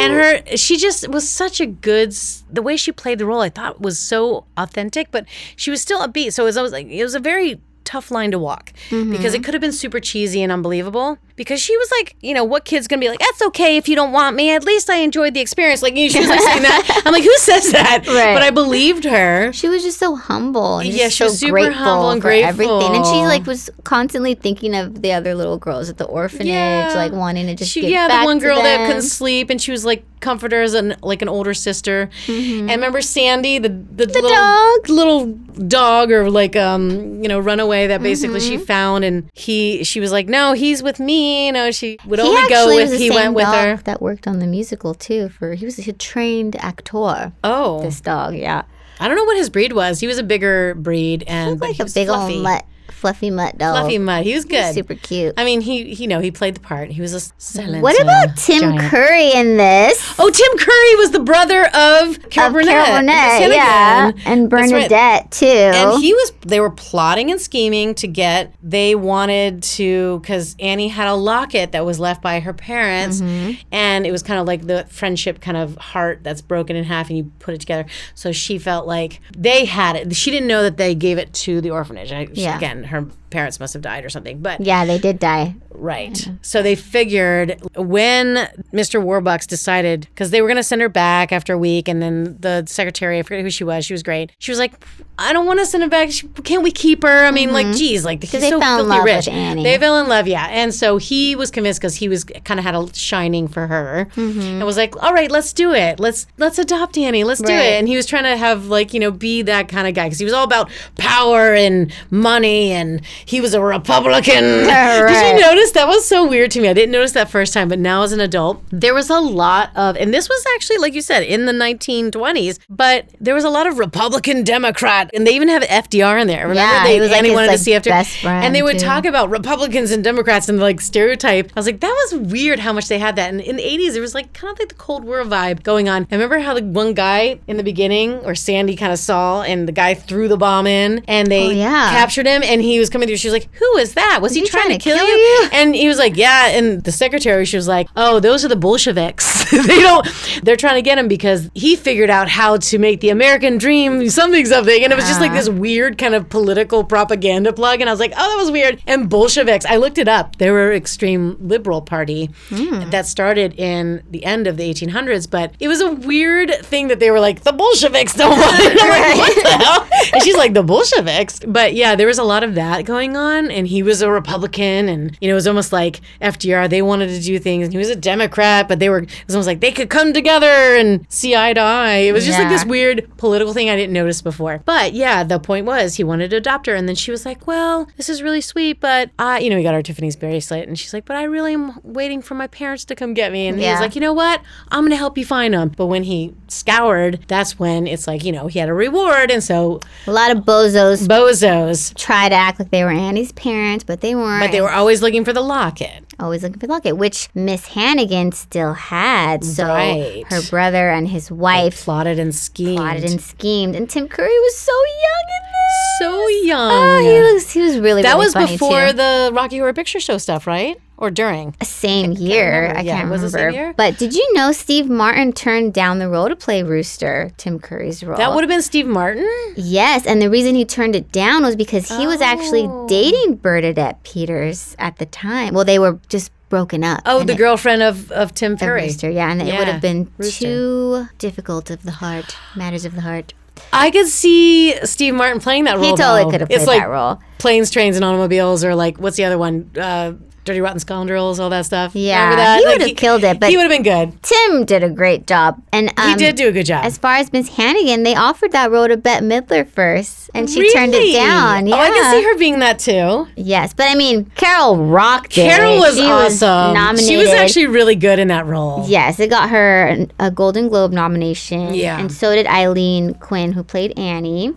and her she just was such a good. s- The way she played the role, I thought was so authentic, but she was still upbeat. So it was always like it was a very tough line to walk because it could have been super cheesy and unbelievable. Because she was like, you know, what kid's gonna be like? That's okay if you don't want me. At least I enjoyed the experience. Like you know, she was like saying that. I'm like, who says that?
Right.
But I believed her.
She was just so humble. And
Yeah,
just
she was
so
super
grateful
humble and
for everything. And she
grateful.
like was constantly thinking of the other little girls at the orphanage,
Yeah.
like wanting to just
She,
give
yeah,
back
the one
to
girl that
them.
couldn't sleep, and she was like comforter as an like an older sister. And remember Sandy, the the, little,
Mm-hmm. dog.
little dog or like um you know runaway that basically
Mm-hmm.
she found, and he she was like, no, he's with me. You know, she would
He
only go
actually was
with
the
he
same
went with
dog
her.
That worked on the musical too. For he was a trained actor.
Oh,
This dog, yeah.
I don't know what his breed was. He was a bigger breed and but
like
he
a
was
big
fluffy.
old mutt, fluffy mutt dog.
Fluffy mutt. He was good.
Super cute.
I mean, he he- you know he played the part. He was a silent.
what
uh,
about Tim
giant.
Curry in this?
Oh, Tim Curry was the brother of Carol
Of
Burnett.
Carol
Yes,
Burnett,
him
yeah,
again.
and
That's right.
Bernadette too.
And he was, they were plotting and scheming to get, they wanted to, because Annie had a locket that was left by her parents.
Mm-hmm.
And it was kind of like the friendship kind of heart that's broken in half and you put it together. So she felt like they had it. She didn't know that they gave it to the orphanage. I, she-
Yeah.
Again, her parents must have died or something. But
yeah, they did die.
Right.
Mm-hmm.
So they figured when Mr. Warbucks decided, because they were going to send her back after a week, and then the secretary, I forget who she was, she was great. She was like, I don't want to send her back. She, can't we keep her? I mean, like, geez, like, he's
Mm-hmm. they
so
fell in
filthy
love with
rich.
Annie.
They fell in love, yeah. And so he was convinced because he was kind of had a shining for her
Mm-hmm.
and was like, all right, let's do it. Let's let's adopt Annie. Let's do
Right.
it. And he was trying to have, like, you know, be that kind of guy because he was all about power and money and he was a Republican. Did
Right.
you notice that was so weird to me? I didn't notice that first time, but now as an adult, there was a lot of, and this was actually, like you said, in the 1920s, but there was a lot of Republican, Democrat, and they even have FDR in there. Remember,
Yeah,
they,
he was, like,
Annie
his,
wanted
like,
to see FDR,
best friend,
and they would
too.
talk about Republicans and Democrats and like stereotype. I was like, that was weird how much they had that. And in the 80s, there was like kind of like the Cold War vibe going on. I remember how the one guy in the beginning, or Sandy, kind of saw, and the guy threw the bomb in, and they
Oh, yeah.
captured him, and he was coming through. She was like, "Who is that? Was he,
he
trying,
trying
to
to
kill,
kill
you?
you?
And he was like, "Yeah." And the secretary, she was like, "Oh, those are the Bolsheviks. they don't. They're trying to get him because he figured out how to make the American dream something something." And it was just
Uh-huh.
like this weird kind of political propaganda plug. And I was like, "Oh, that was weird." And Bolsheviks, I looked it up. They were extreme liberal party
Hmm.
that started in the end of the 1800s. But it was a weird thing that they were like, "The Bolsheviks don't want." it." And I'm like, "What the hell?" And she's like, "The Bolsheviks." But yeah, there was a lot of that going on, and he was a Republican, and you know, it was almost like FDR. They wanted to do things, and he was a Democrat, but they were. It was almost like they could come together and see eye to eye. It was just like
Yeah.
this weird political thing I didn't notice before. But yeah, the point was he wanted to adopt her, and then she was like, "Well, this is really sweet, but I, you know, he got her Tiffany's bracelet, and she's like, but I really am waiting for my parents to come get me." And he
Yeah.
was like, "You know what? I'm gonna help you find them." But when he scoured, that's when it's like you know he had a reward, and so
A lot of bozos
bozos.
tried to act like they were Annie's parents, but they weren't.
But they were always looking for the locket.
always looking for the locket, which Miss Hannigan still had. So
Right.
her brother and his wife
Plotted and schemed.
plotted and schemed, and Tim Curry was so young in this.
so young.
Oh, he looks he was really
that
really
was
funny,
before
too.
the Rocky Horror Picture Show stuff, right? Or during?
same year. I
Yeah,
can't
was
remember.
it same year?
But did you know Steve Martin turned down the role to play Rooster, Tim Curry's role?
That would have been Steve Martin.
yes, and the reason he turned it down was because he was actually
Oh.
dating Bernadette Peters at the time. Well, they were just broken up.
Oh,
and
the
it-
girlfriend of, of Tim
the
Curry.
rooster, yeah, and it would
Yeah,
have been
rooster.
too difficult of the heart, matters of the heart.
I could see Steve Martin playing that role.
He totally
though.
could have
Oh, It's
played
like
that role.
Planes, trains, and automobiles, or like what's the other one? Uh, Dirty Rotten Scoundrels, all that stuff.
Yeah,
Remember that?
he
Like,
would've killed it, but-
he would have been good.
Tim did a great job, and um,
He did do a good job.
As far as Miss Hannigan, they offered that role to Bette Midler first, and she turned it
Really?
down. Yeah.
Oh, I can see her being that too.
Yes, but I mean, Carol rocked it.
Carol was
She
awesome.
nominated.
She was actually really good in that role.
Yes, it got her an- a Golden Globe nomination.
Yeah.
And so did Eileen Quinn, who played Annie.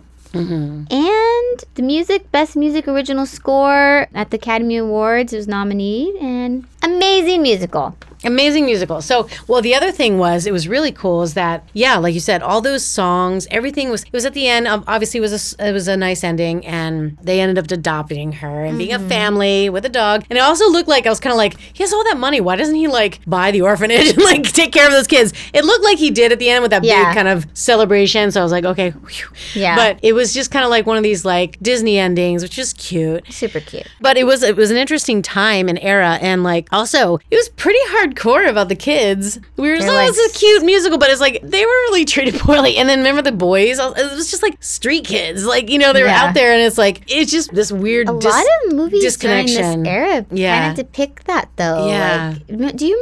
And the music, Best Music Original Score at the Academy Awards, it was nominated. And amazing musical.
Amazing musical. So, well, the other thing was it was really cool is that yeah, like you said, all those songs, everything was it was at the end. Of, obviously, it was a, s- it was a nice ending, and they ended up adopting her and
Mm-hmm.
being a family with a dog. And it also looked like I was kind of like he has all that money. Why doesn't he like buy the orphanage and like take care of those kids? It looked like he did at the end with that
Yeah.
big kind of celebration. So I was like, okay, whew.
Yeah.
But it was just kind of like one of these like Disney endings, which is cute.
Super cute.
But it was it was an interesting time and era, and like also it was pretty hardcore about the kids. We were just
They're
like,
like-
"This is a cute musical," but it's like they were really treated poorly. And then remember the boys? It was just like street kids, like you know they were
Yeah.
out there, and it's like it's just this weird.
A lot of movies during this
disconnection.
era
Yeah.
kind of depict that, though.
Yeah.
Like, m- do you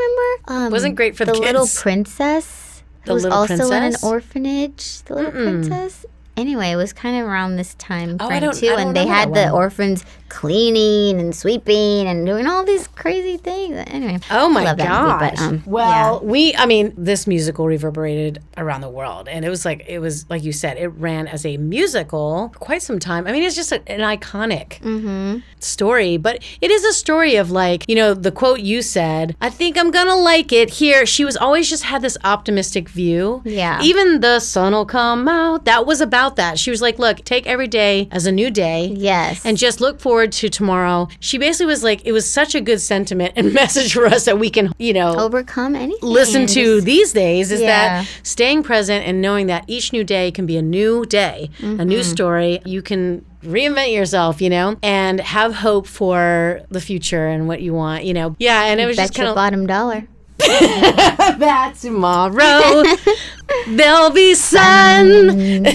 remember? Um,
Wasn't great for the
Little
kids.
Princess. who
The
was
Little
also in an
Princess?
orphanage. The Little Princess. Anyway, it was kind of around this time
Oh, I
frame
don't- I
too,
don't
and they
remember
had
that
the
one.
orphans cleaning and sweeping and doing all these crazy things. Anyway,
Oh my
love
gosh.
that movie, but, um,
well, we I mean, this musical reverberated around the world and it was like it was like you said, it ran as a musical for quite some time. I mean, it's just a, an iconic
Mm-hmm.
story, but it is a story of like, you know, the quote you said, I think I'm going to like it here. She was always just had this optimistic view.
Yeah.
Even the sun will come out. That was about that. She was like, look, take every day as a new day
yes,
and just look forward to tomorrow. She basically was like, it was such a good sentiment and message for us that we can, you know,
overcome anything.
listen to these days is
Oh, Yeah.
that staying present and knowing that each new day can be a new day, a new
Mm-hmm.
story. You can reinvent yourself, you know, and have hope for the future and what you want, you know. Yeah, and it was just
Bet
kind
your
of
bottom dollar.
that tomorrow there'll be sun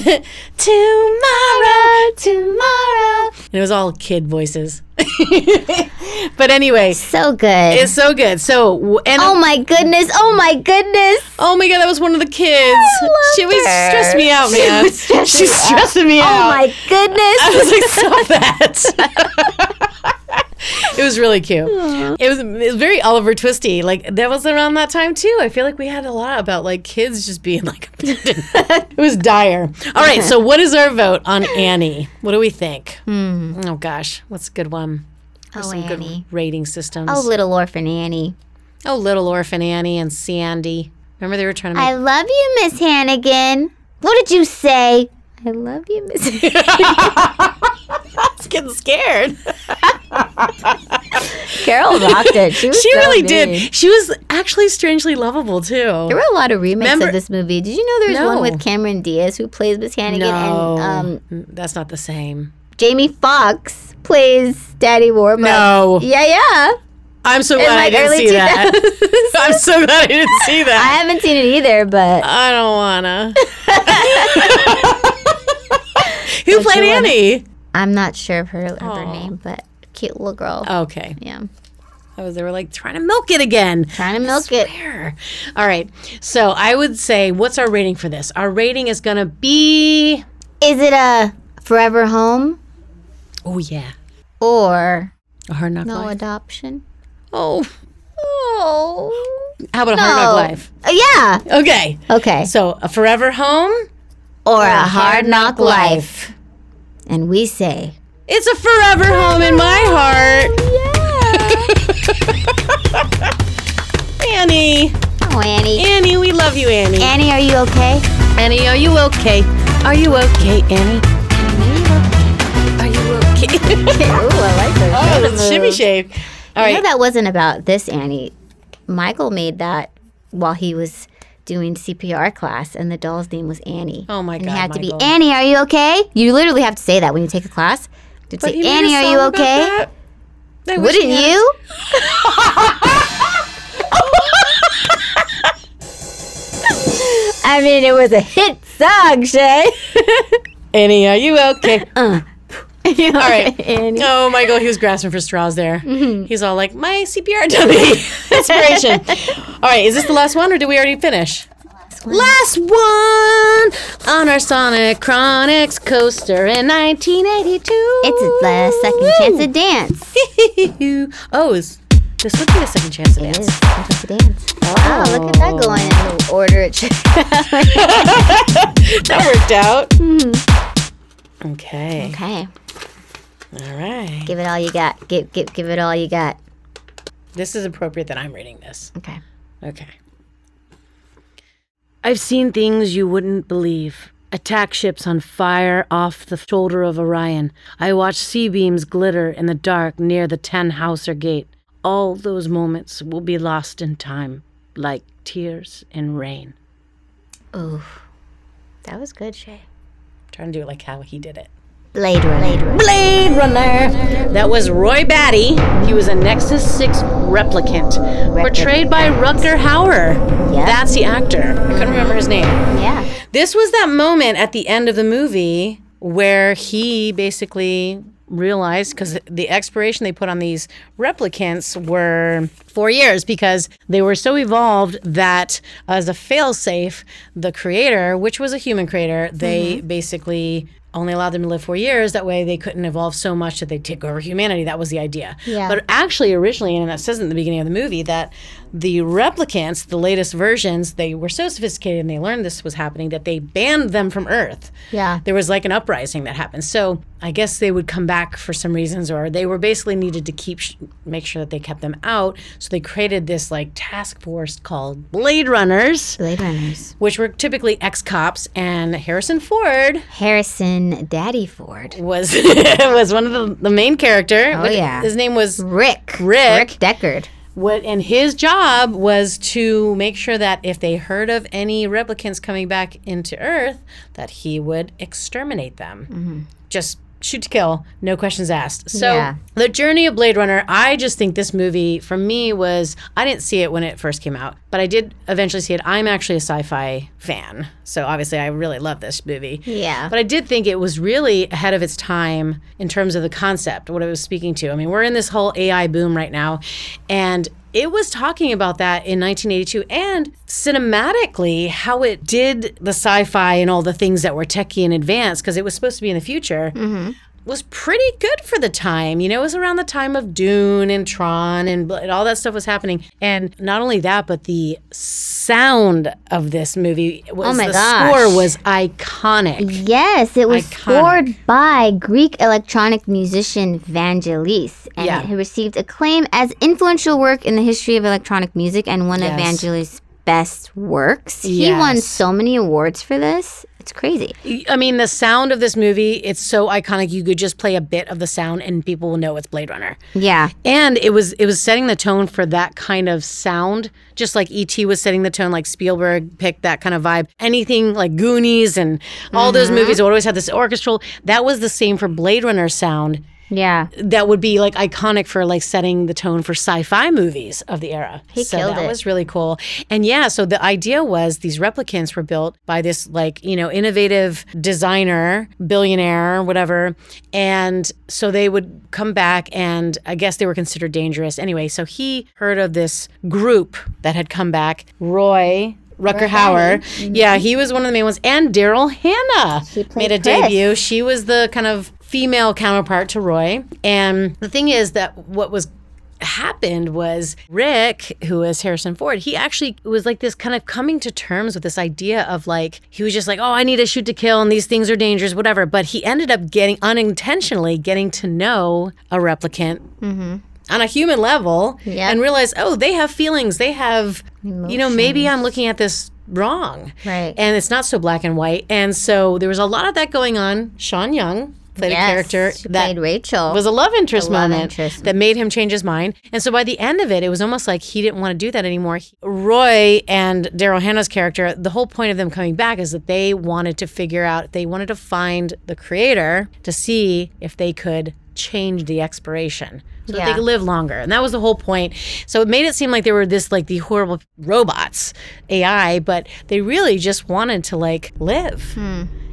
tomorrow tomorrow and it was all kid voices but anyway
So good.
it's so good so w- and
oh my goodness! Oh my goodness!
oh my god that was one of the kids
loved
she was
her.
stressed me out man
was stressing
she's
you out.
stressing me
Oh
out
my
I was
goodness!
like, stop that. it was really cute. It was, it was very Oliver Twisty. Like that was around that time too. I feel like we had a lot about like kids just being like. it was dire. All right. So what is our vote on Annie? What do we think? Oh gosh, what's a good one?
Oh
Some
Hmm. Annie.
good rating systems.
Oh little orphan Annie.
oh, little orphan Annie and Sandy. Remember they were trying to make
I love you, Miss Hannigan. What did you say? I love you, Miss.
us getting scared.
Carol rocked it. She, was
She
so
really
mean.
did. She was actually strangely lovable too.
There were a lot of remakes
Remember-
of this movie. Did you know there was one
No.
with Cameron Diaz who plays Miss Hannigan
No,
and um,
n- Mm, that's not the same.
Jamie Foxx plays Daddy Warbucks?
No.
Yeah, yeah.
I'm so
In
glad I
like
didn't
early
see that.
2000s.
I'm so glad I didn't see
I
that.
haven't seen it either, but
I, don't wanna. Who
you
played
wanna-
Annie?
I'm not sure of her, of her
Aw. Oh.
name, but cute little girl.
Okay.
Yeah.
I was, they were like trying to milk it again.
Trying to milk it.
There. All right. So I would say, what's our rating for this? Our rating is gonna be.
Is it a forever home
Oh yeah.
or
A hard knock
no
life.
adoption?
Oh.
Oh.
How about a hard knock life?
Uh, Yeah.
Okay.
Okay.
So uh, a forever home.
Or, a hard knock life. And we say,
It's a forever home in my heart.
yeah.
Annie.
oh, Annie.
Annie, we love you, Annie.
Annie, are you okay?
Annie, are you okay? Are you okay, Annie? Are you okay?
Ooh, I like those.
oh, that's shimmy shave. All
No,
right.
that wasn't about this Annie. Michael made that while he was doing CPR class, and the doll's name was Annie.
Oh my
and
God,
it had to
Michael.
be Annie. Are you okay? You literally have to say that when you take a class. You'd say,
But he made a
Annie, are
song
you
about
okay?
that. I wish he
Wouldn't
had-
you? I mean, it was a hit song, Shay.
Annie, are you okay?
Uh. All
right.
Annie.
Oh, Michael, he was grasping for straws there. He's all like, my CPR dummy. Mm-hmm. Inspiration. all right, is this the last one or did we already finish? Last one on our Sonic Chronics coaster in 1982.
It's the second chance to dance.
oh, is, this would be the second chance to
It
dance.
is second chance to dance. Wow, look at that going in the Oh. order it should.
That worked out.
Mm-hmm.
Okay.
okay,
All right.
give it all you got. Give give give it all you got.
This is appropriate that I'm reading this.
Okay.
Okay. I've seen things you wouldn't believe. Attack ships on fire off the shoulder of Orion. I watched sea beams glitter in the dark near the Tannhauser Gate. All those moments will be lost in time, like tears in rain.
Ooh, that was good, Shay.
Trying to do it like how he did it.
Blade Runner.
Blade
Blade Runner.
Runner. That was Roy Batty. He was a Nexus 6 replicant, portrayed by Rutger Hauer.
Yeah.
That's the actor. I couldn't remember his name.
Yeah.
This was that moment at the end of the movie where he basically realized because the expiration they put on these replicants were four years because they were so evolved that uh, as a failsafe, the creator, which was a human creator, they basically only allowed them to live four years. That way, they couldn't evolve so much that they'd take over humanity. That was the idea.
Yeah.
But actually, originally, and that says in the beginning of the movie, that the replicants, the latest versions, they were so sophisticated and they learned this was happening that they banned them from Earth
Yeah.
there was like an uprising that happened. So I guess they would come back for some reasons, or they were basically needed to keep sh- make sure that they kept them out. So they created this like task force called Blade Runners,
Blade Runners.
which were typically ex cops, and Harrison Ford
Harrison Daddy Ford.
was was one of the, the main character. Oh
yeah.
his name was
Rick.
Rick.
Rick Deckard.
what, and his job was to make sure that if they heard of any replicants coming back into Earth, that he would exterminate them. Just shoot to kill, no questions asked. So
Mm-hmm. Yeah.
the journey of Blade Runner, I just think this movie for me was I didn't see it when it first came out, but I did eventually see it. I'm actually a sci-fi fan, so obviously I really love this movie.
Yeah.
But I did think it was really ahead of its time in terms of the concept, what it was speaking to. I mean, we're in this whole AI boom right now, and it was talking about that in 1982 and cinematically how it did the sci-fi and all the things that were techie and advanced because it was supposed to be in the future
Mm-hmm.
was pretty good for the time. You know, it was around the time of Dune and Tron and, bl- and all that stuff was happening. And not only that, but the sound of this movie was
Oh my
the
gosh.
score was iconic.
Yes, it was
Iconic.
scored by Greek electronic musician Vangelis, and
Yeah.
it received acclaim as influential work in the history of electronic music and one of
Yes.
Vangelis' best works. He won
Yes.
so many awards for this. It's crazy.
I mean, the sound of this movie, it's so iconic. You could just play a bit of the sound and people will know it's Blade Runner.
Yeah.
And it was it was setting the tone for that kind of sound, just like E.T. was setting the tone, like Spielberg picked that kind of vibe. Anything like Goonies and all those
Mm-hmm.
movies always had this orchestral. That was the same for Blade Runner sound.
Yeah.
That would be like iconic for like setting the tone for sci-fi movies of the era. He so
killed
that
it.
was really cool. And yeah, so the idea was these replicants were built by this like, you know, innovative designer, billionaire, whatever. And so they would come back and I guess they were considered dangerous. Anyway, so he heard of this group that had come back, Roy Rucker Hauer. Yeah, he was one of the main ones. And Daryl Hannah
Mm-hmm. played
made a
Chris.
debut you. She was the kind of female counterpart to Roy. And the thing is that what was happened was Rick, who is Harrison Ford, he actually was like this kind of coming to terms with this idea of like he was just like, "Oh, I need to shoot to kill and these things are dangerous, whatever." But he ended up getting unintentionally getting to know a replicant on a human level
Mm-hmm. Yeah.
and realize, "Oh, they have feelings. They have you know, maybe I'm looking at this wrong."
Right.
and it's not so black and white. And so there was a lot of that going on. Sean Young played
Yes,
a character
she
that
played Rachel.
was a love interest
love
moment
interest.
that made him change his mind. And so by the end of it, it was almost like he didn't want to do that anymore. He- Roy and Daryl Hannah's character, the whole point of them coming back is that they wanted to figure out, they wanted to find the creator to see if they could change the expiration. So that
Yeah.
they could live longer. And that was the whole point. So it made it seem like they were this like the horrible robots, AI, but they really just wanted to like live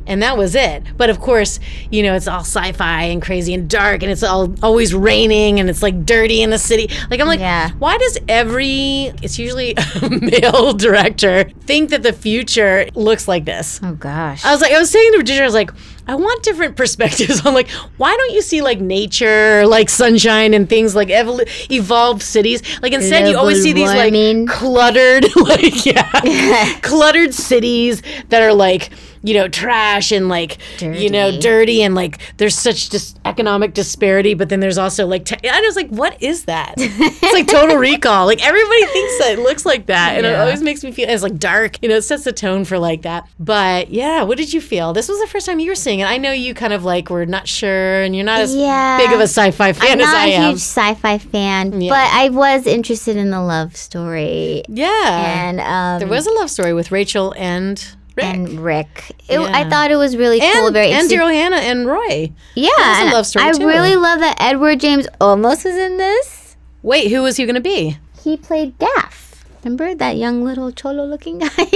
and that was it. But of course, you know, it's all sci-fi and crazy and dark, and it's all always raining, and it's like dirty in the city. Like I'm like,
Yeah.
why does every? It's usually a male director think that the future looks like this.
oh gosh.
I was like, I was saying to Patricia, I was like, I want different perspectives. I'm like, why don't you see like nature, like sunshine and things like evol- evolved cities? Like instead, you always see these
Global warming.
like cluttered, like yeah, cluttered cities that are like you know trash and like you know
Dirty.
dirty and like there's such dis- economic disparity, but then there's also like te- I was like, what is that? it's like Total Recall. Like everybody thinks that it looks like that, and it
Yeah.
always makes me feel it's like dark. You know, it sets the tone for like that. But yeah, what did you feel? This was the first time you were seeing it. I know you kind of like were not sure, and you're not as
Yeah.
big of a sci-fi fan
I'm
as
not
I
a
am.
huge sci-fi fan,
Yeah.
but I was interested in the love story.
yeah,
And um,
there was a love story with Rachel and Rick. And-
and Rick. It, I
Yeah.
thought it was really cool. Very
and
interesting.
Daryl Hannah and Roy.
Yeah,
was a
and
love story,
I
too.
really love that Edward James almost was in this.
Wait, who was he going to be?
He played Gaff. Remember that young little cholo looking guy?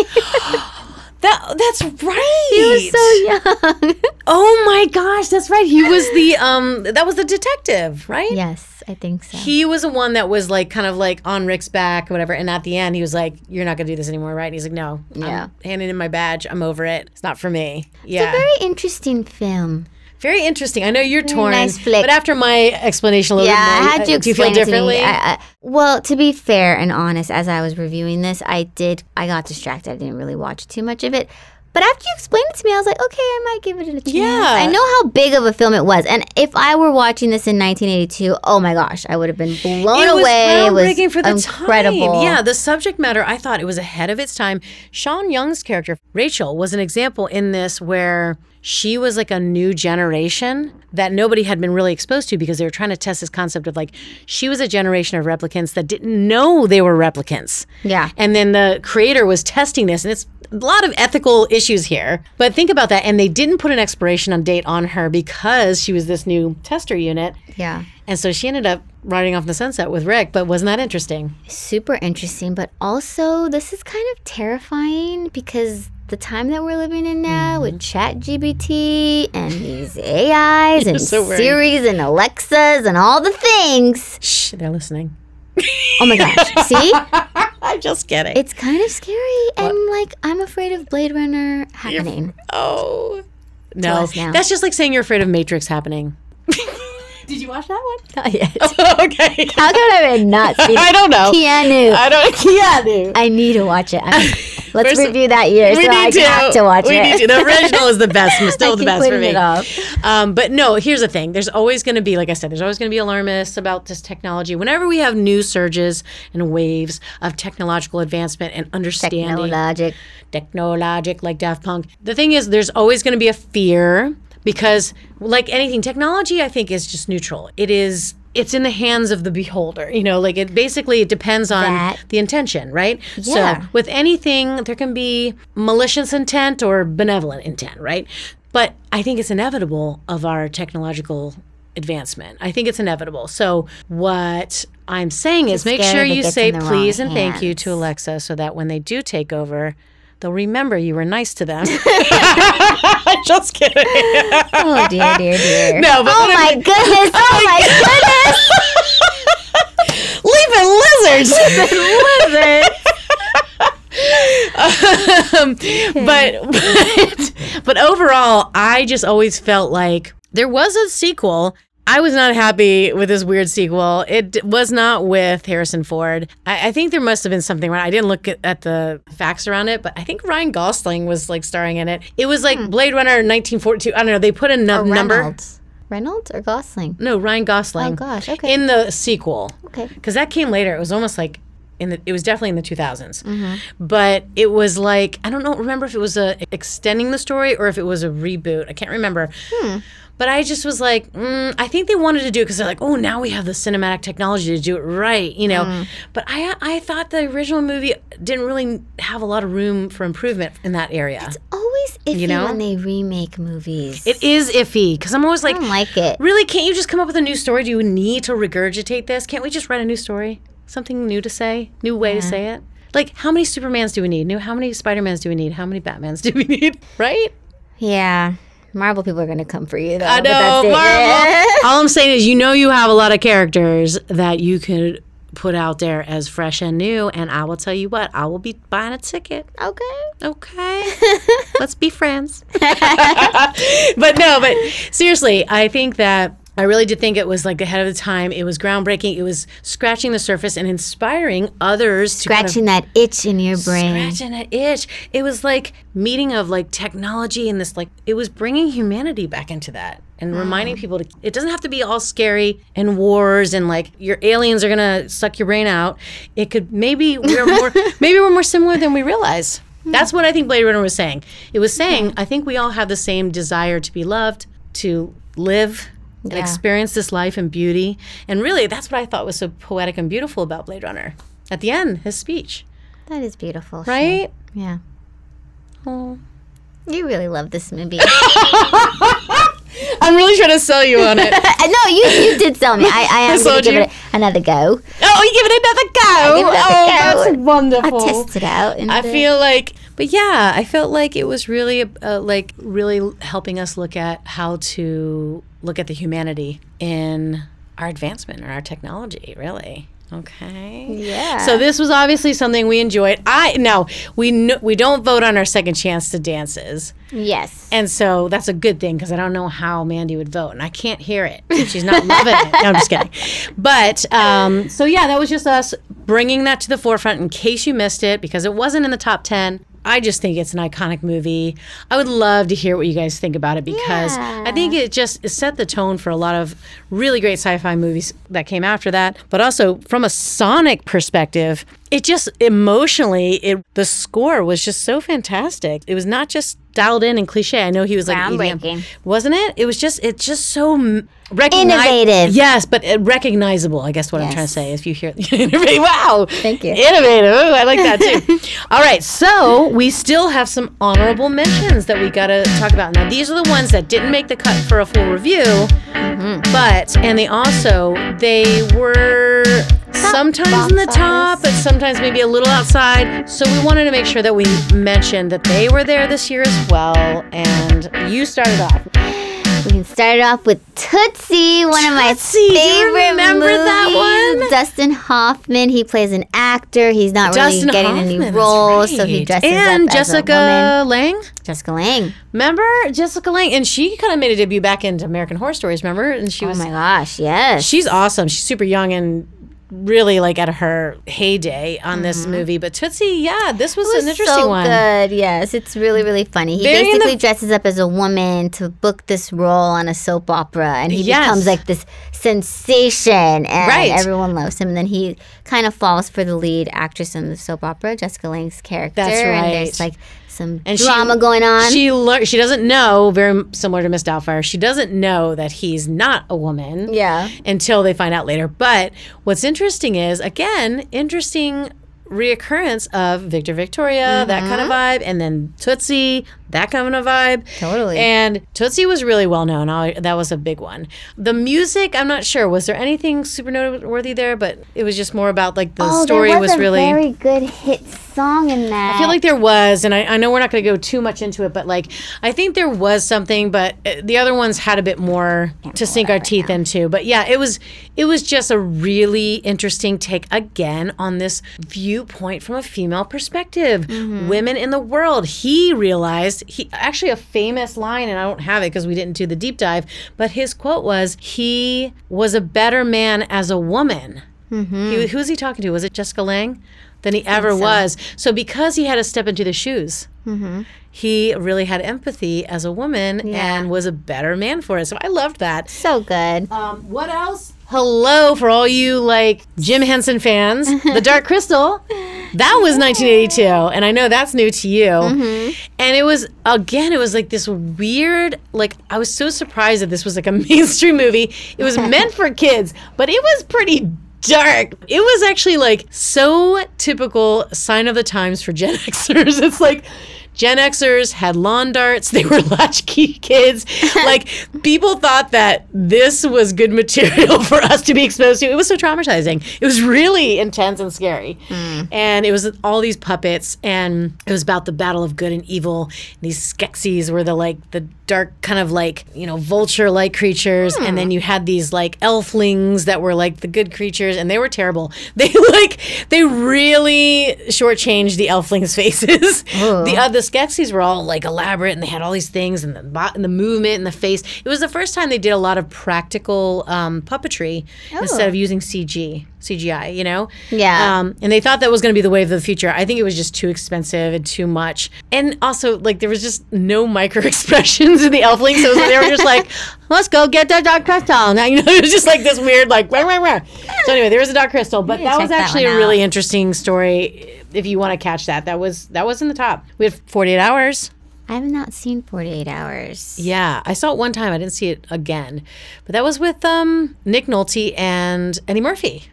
That that's right.
He was so young.
oh my gosh, that's right. He was the um that was the detective, right?
yes, I think so.
He was the one that was like kind of like on Rick's back, whatever. And at the end, he was like, "You're not gonna do this anymore, right?" And he's like, "No,
Yeah.
I'm handing in my badge. I'm over it. It's not for me."
It's a
Yeah, very,
very interesting film.
interesting. I know you're torn,
nice flick.
but after my explanation, a little
Yeah,
bit more,
I
uh,
had to
do you feel
explain it to
differently?
me. I, I, well, to be fair and honest, as I was reviewing this, I did. I got distracted. I didn't really watch too much of it. But after you explained it to me, I was like, okay, I might give it a chance.
Yeah.
I know how big of a film it was, and if I were watching this in 1982, oh my gosh, I would have been
it
blown
was
away.
groundbreaking for the
incredible.
time. Yeah, the subject matter, I thought it was ahead of its time. Sean Young's character, Rachel, was an example in this where she was like a new generation that nobody had been really exposed to because they were trying to test this concept of like she was a generation of replicants that didn't know they were replicants.
Yeah.
And then the creator was testing this, and it's a lot of ethical issues here. But think about that. And they didn't put an expiration on date on her because she was this new tester unit.
Yeah.
And so she ended up riding off in the sunset with Rick, but wasn't that interesting?
super interesting, but also this is kind of terrifying because the time that we're living in now
Mm-hmm.
with chat GBT and these AIs and
so worried.
Siri's and Alexas and all the things.
Shh, they're listening.
Oh my gosh. See?
I'm just kidding.
It's kind of scary and like I'm afraid of Blade Runner happening.
oh. No,
us now.
that's just like saying you're afraid of Matrix happening. Did you watch that
Not yet.
one? okay.
How could I have not seen
I don't know.
Keanu? I,
I don't. Keanu.
need to watch it. I let's
First-
review that year so I have to watch
we
it.
Need to. The original is the best.
I
Still the
keep
best for
putting
me.
it off.
Um, but no, here's the thing. There's always going to be, like I said, there's always going to be alarmists about this technology. Whenever we have new surges and waves of technological advancement and understanding,
No logic.
technologic like Daft Punk. The thing is, there's always going to be a fear because, like anything, technology I think is just neutral. It is. It's in the hands of the beholder, you know. Like it basically, it depends on
That-
the intention, right? So
Yeah.
with anything, there can be malicious intent or benevolent intent, right? But I think it's inevitable of our technological advancement. I think it's inevitable. So what I'm saying is, make
scared
sure
if it
you
gets
say
in the wrong
please and thank you
hands.
to Alexa so that when they do take over, they'll remember you were nice to them. Just kidding.
Oh dear, dear, dear.
No, but
oh
what
my
I
goodness! Oh my goodness!
leaping lizards. Um, but, but but overall, I just always felt like there was a sequel. I was not happy with this weird sequel. It d- was not with Harrison Ford. I, I think there must have been something wrong. I didn't look at, at the facts around it, but I think Ryan Gosling was like starring in it. It was like Blade Runner 1942. I don't know. They put a num- number.
Reynolds. Reynolds or Gosling?
No, Ryan Gosling.
Oh gosh. Okay.
In the sequel
okay.
because that came later. It was almost like in the, it was definitely in the 2000s,
Mm-hmm.
but it was like I don't know remember if it was a extending the story or if it was a reboot. I can't remember.
Hmm.
But I just was like, mm, I think they wanted to do it because they're like, oh, now we have the cinematic technology to do it right, you
Mm-hmm.
know. But I I thought the original movie didn't really have a lot of room for improvement in that area.
Always iffy
know?
when they remake movies.
It is iffy because I'm always
I
like,
don't like it.
Really, can't you just come up with a new story? Do you need to regurgitate this? Can't we just write a new story? Something new to say? New way to say it? Like, how many Supermans do we need? New, how many Spider-Mans do we need? How many Batmans do we need? Right?
Yeah. Marvel people are gonna come for you though.
I
but that's
know,
it.
Marvel. All I'm saying is, you know, you have a lot of characters that you could put out there as fresh and new. And I will tell you what, I will be buying a ticket.
Okay.
Okay. Let's be friends. but no, but seriously, I think that I really did think it was like ahead of the time. It was groundbreaking. It was scratching the surface and inspiring others to kind of
Scratching that itch in your brain.
scratching an itch. It was like meeting of like technology and this like it was bringing humanity back into that and reminding people to it doesn't have to be all scary and wars and like your aliens are gonna suck your brain out. It could maybe we're more maybe we're more similar than we realize. That's what I think Blade Runner was saying. It was saying I think we all have the same desire to be loved, to live. And
Yeah.
experience this life in beauty. And really, that's what I thought was so poetic and beautiful about Blade Runner. At the end, his speech,
That is beautiful. Shay.
right?
Yeah.
Oh.
You really love this movie.
I'm really trying to sell you on it.
Uh, no, you you did sell me. I, I am gonna
sold
give
you.
it another go.
oh, you give it another go.
give it another
oh,
go.
that's wonderful.
Test it out. and,
I
uh,
feel like But yeah, I felt like it was really uh, like really helping us look at how to look at the humanity in our advancement or our technology, really. Okay.
Yeah.
So this was obviously something we enjoyed. I now we kn- we don't vote on our second chance to dances.
Yes.
And so that's a good thing because I don't know how Mandy would vote, and I can't hear it. if She's not loving it. No, I'm just kidding. But um, so yeah, that was just us bringing that to the forefront in case you missed it because it wasn't in the top ten. I just think it's an iconic movie. I would love to hear what you guys think about it because I think it just set the tone for a lot of really great sci-fi movies that came after that. But also from a sonic perspective, it just emotionally it the score was just so fantastic it was not just dialed in and cliche i know he was like EDM,
Groundbreaking.
wasn't it it was just it's just so m- recogni-
Innovative.
yes but uh, recognizable i guess what i'm trying to
Yes.
say if you hear innovative wow
Thank you.
innovative Ooh, i like that too all right so we still have some honorable mentions that we gotta talk about now these are the ones that didn't make the cut for a full review
Mm-hmm.
but and they also they were sometimes in the
bonfires.
top but sometimes maybe a little outside so we wanted to make sure that we mentioned that they were there this year as well and you started off
We can start it off with Tootsie, one of my
Tootsie, do you
favorite
remember
movies.
that one?
Dustin Hoffman, he plays an actor. He's not
Dustin
really getting
Hoffman,
a
that's
new role, so he
right.
dresses
and
up
Jessica
as a woman.
Lang
Jessica Lang.
remember Jessica Lang and she kind of made a debut back into American Horror Stories remember and she
Oh
was
my gosh, yes.
she's awesome she's super young and really like at her heyday on this movie but Tootsie yeah this was,
Mm-hmm. It was
an interesting
so
one
good. Yes, it's really really funny. He
Very in the-
basically dresses up as a woman to book this role on a soap opera, and he
Yes.
becomes like this sensation, and
Right.
everyone loves him. And then he kind of falls for the lead actress in the soap opera, Jessica Lang's character.
That's
And there's
right.
like some
And she-
drama going on.
She lear- she doesn't know very m- similar to Miss Doubtfire. She doesn't know that he's not a woman.
Yeah.
Until they find out later. But what's interesting is again interesting reoccurrence of Victor Victoria that kind of vibe, and then Tootsie that kind of vibe.
Mm-hmm. Totally.
And Tootsie was really well known. I, that was a big one. The music, I'm not sure. Was there anything super noteworthy there? But it was just more about like the
oh,
story
there was, a
really
very good hit song in that.
I feel like there was, and I, I know we're not going to go too much into it, but like I think there was something, but uh, the other ones had a bit more to sink our teeth into. But yeah, it was it was just a really interesting take again on this viewpoint from a female perspective, women in the world. He realized he actually a famous line, and I don't have it because we didn't do the deep dive, but his quote was, "He was a better man as a woman." He, who was he talking to? Was it Jessica Lang? Than he ever was. So because he had to step into the shoes, he really had empathy as a woman and was a better man for it. So I loved that.
so good.
Um, what else? Hello for all you like Jim Henson fans. the Dark Crystal. That was 1982, and I know that's new to you. And it was again, it was like this weird. Like I was so surprised that this was like a mainstream movie. It was meant for kids, but it was pretty dark. It was actually like so typical sign of the times for Gen Xers. It's like. Gen Xers had lawn darts. They were latchkey kids. Like, people thought that this was good material for us to be exposed to. It was so traumatizing. It was really intense and scary. And it was all these puppets, and it was about the battle of good and evil. These Skeksis were the like the dark kind of like you know vulture like creatures, and then you had these like elflings that were like the good creatures, and they were terrible. They like they really shortchanged the elflings' faces. the other Skeksis were all like elaborate, and they had all these things, and the bo- and the movement and the face. It was the first time they did a lot of practical um, puppetry instead of using CG CGI. You know.
Yeah.
Um, and they thought that was going to be the wave of the future. I think it was just too expensive and too much. And also, like, there was just no micro expressions in the Elfling. So it was like they were just like, let's go get that Dark Crystal. Now, you know, it was just like this weird, like, rah, rah, rah. So anyway, there was a Dark Crystal, but that
check
was
that
actually
one
a really interesting story. If you want to catch that, that was that was in the top. We had 48 hours.
I have not seen 48 Hours.
Yeah, I saw it one time. I didn't see it again, but that was with um, Nick Nolte and Eddie Murphy.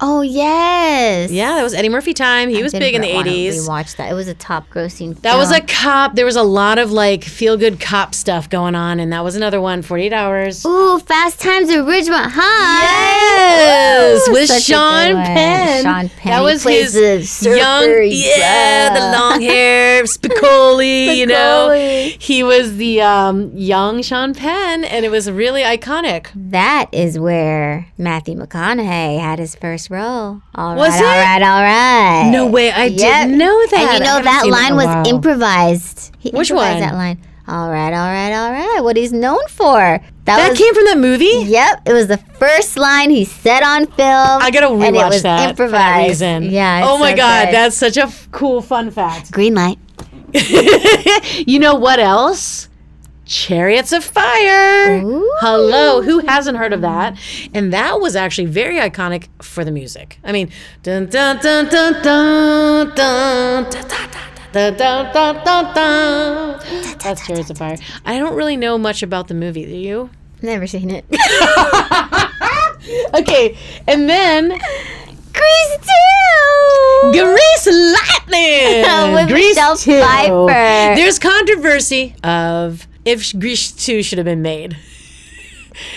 Oh yes.
Yeah, that was Eddie Murphy time. He was
Didn't
big in the
want to
80s.
Rewatch that. It was a top grossing.
That was a
film.
cop. There was a lot of like feel good cop stuff going on, and that was another one 48 Hours.
Ooh, Fast Times at Ridgemont High.
Yes,
Ooh,
with
such a good
Sean
one.
Penn.
Sean Penn.
That
He
was
plays the
his
surfer,
young, yeah, the
yeah.
long hair, Spicoli. You know,
Spicoli.
he was the um, young Sean Penn, and it was really iconic.
That is where Matthew McConaughey had his first role. All right,
Was it?
all right, all right.
No way, I
Yep.
didn't know that.
And you
I
know
haven't
that
seen it in
line
a
was
while.
improvised. He
Which one?
improvised That line. All right, all right, all right. What he's known for. That,
That
was.
came from that movie.
Yep, it was the first line he said on film.
I gotta rewatch
and it was
that. for
Improvised.
that reason.
Yeah. it's
Oh my
so
god,
good.
that's such a f- cool fun fact.
green light.
you know what else? Chariots of Fire.
Ooh.
Hello, who hasn't heard of that? And that was actually very iconic for the music. I mean, dun dun dun dun dun dun. dun, dun, dun, dun, dun, dun, dun. That's Chariots of Fire. I don't really know much about the movie. Do you?
Never seen it.
Okay, and then
Grease too.
Grease Lightning.
With Michelle
two.
Pfeiffer.
There's controversy of if sh- Grease 2 should have been made.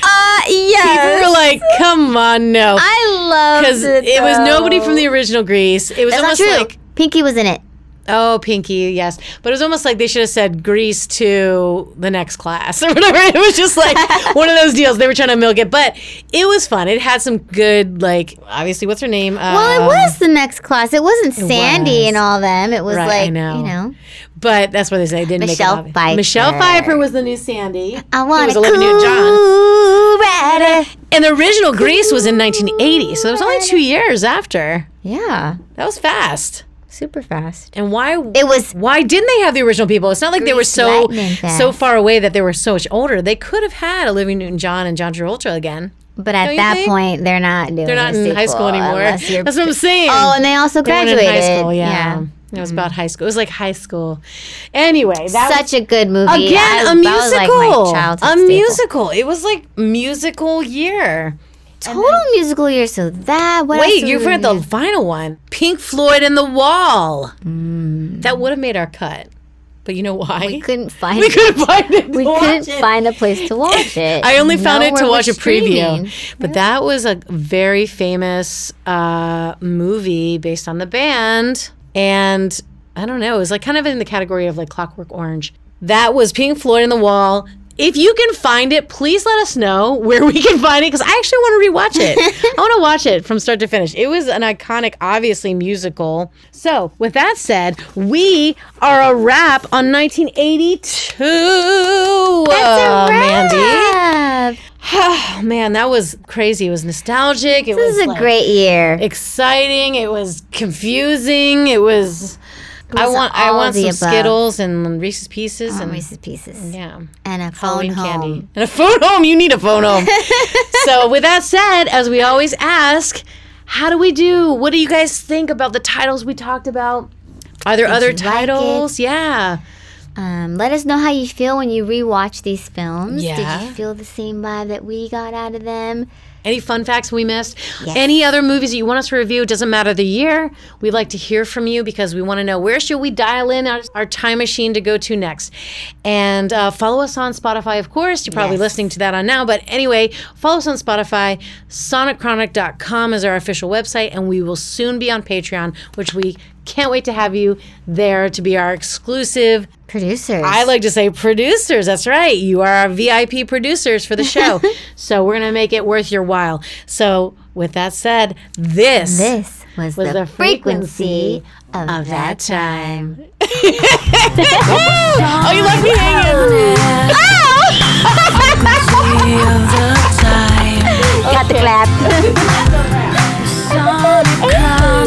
Uh,
People
yes.
were like, come on, no.
I love
Because it, was nobody from the original Grease. It was
That's not
almost
true.
like,
Pinky was in it.
oh, Pinky, yes. But it was almost like they should have said Grease 2, the next class, or whatever. It was just like one of those deals. They were trying to milk it. But it was fun. It had some good, like, obviously, what's her name?
Well, it
Um,
was the next class. It wasn't Sandy
was.
and all them. It was
Right, I
like
know.
you know.
But that's what they say. They didn't make
Michelle
it obvious.
Pfeiffer.
Michelle Pfeiffer was the new Sandy.
I want
was
to
Olivia Newton-John.
cool rider.
And the original Grease was in 1980, so it was only two years after.
Yeah,
That was fast.
super fast.
And why?
It was
why didn't they have the original people? It's not like they were
Grease
so
lightning
so
fast.
far away that they were so much older. They could have had Olivia Newton-John and John Travolta again.
But at
Don't you
that
think?
point, they're not doing.
They're not
a
in high school
sequel
anymore.
unless you're-
That's what I'm saying.
oh, and they also
They weren't
graduated.
in high school. Yeah.
Yeah. Mm-hmm.
It was about high school. It was like high school. Anyway, that was
Such a good movie.
again
I-
a
that was, like,
musical.
my childhood
a
staple.
musical. It was like musical year.
Total musical year. So that. What else
Wait,
do
you
we
forgot the
need?
final one. Pink Floyd and the Wall. That would have made our cut. But you know why?
Mm. We couldn't find.
We
it.
couldn't find it.
We
to watch
couldn't
it.
find a place to watch it.
I only found it to
Nowhere
watch a
was
preview.
streaming.
But that was a very famous uh, movie based on the band. And I don't know, it was like kind of in the category of like Clockwork Orange. That was Pink Floyd and the Wall. If you can find it, please let us know where we can find it because I actually want to rewatch it. I want to watch it from start to finish. It was an iconic, obviously, musical. So, with that said, we are a wrap on 1982.
That's a
uh, Mandy.
wrap.
Oh man, that was crazy. It was nostalgic. It
This
was
is a
like,
great year.
exciting. It was confusing. It was. I
was
want. I
all
want some
the above.
Skittles and Reese's Pieces and
Reese's Pieces
yeah,
and a phone
Halloween
home.
candy and a phone home. You need a phone home. so with that said, as we always ask, how do we do? What do you guys think about the titles we talked about? Are there other
you like it?
titles? yeah.
Um, let us know how you feel when you rewatch these films. Did
Yeah.
you feel the same vibe that we got out of them?
Any fun facts we missed?
Yes.
Any other movies that you want us to review? Doesn't matter the year. We'd like to hear from you because we want to know where should we dial in our, our time machine to go to next. And uh, follow us on Spotify, of course. You're probably
Yes.
listening to that on now, but anyway, follow us on Spotify. SonicChronic.com is our official website, and we will soon be on Patreon, which we can't wait to have you there to be our exclusive
Producers.
I like to say producers. That's right. You are our VIP producers for the show. so we're going to make it worth your while. So, with that said, this,
This was,
was
the,
the
frequency,
frequency
of,
of that
that time.
time. oh, you left me hanging.
the time.
Got the clap.
Sonic Chronic.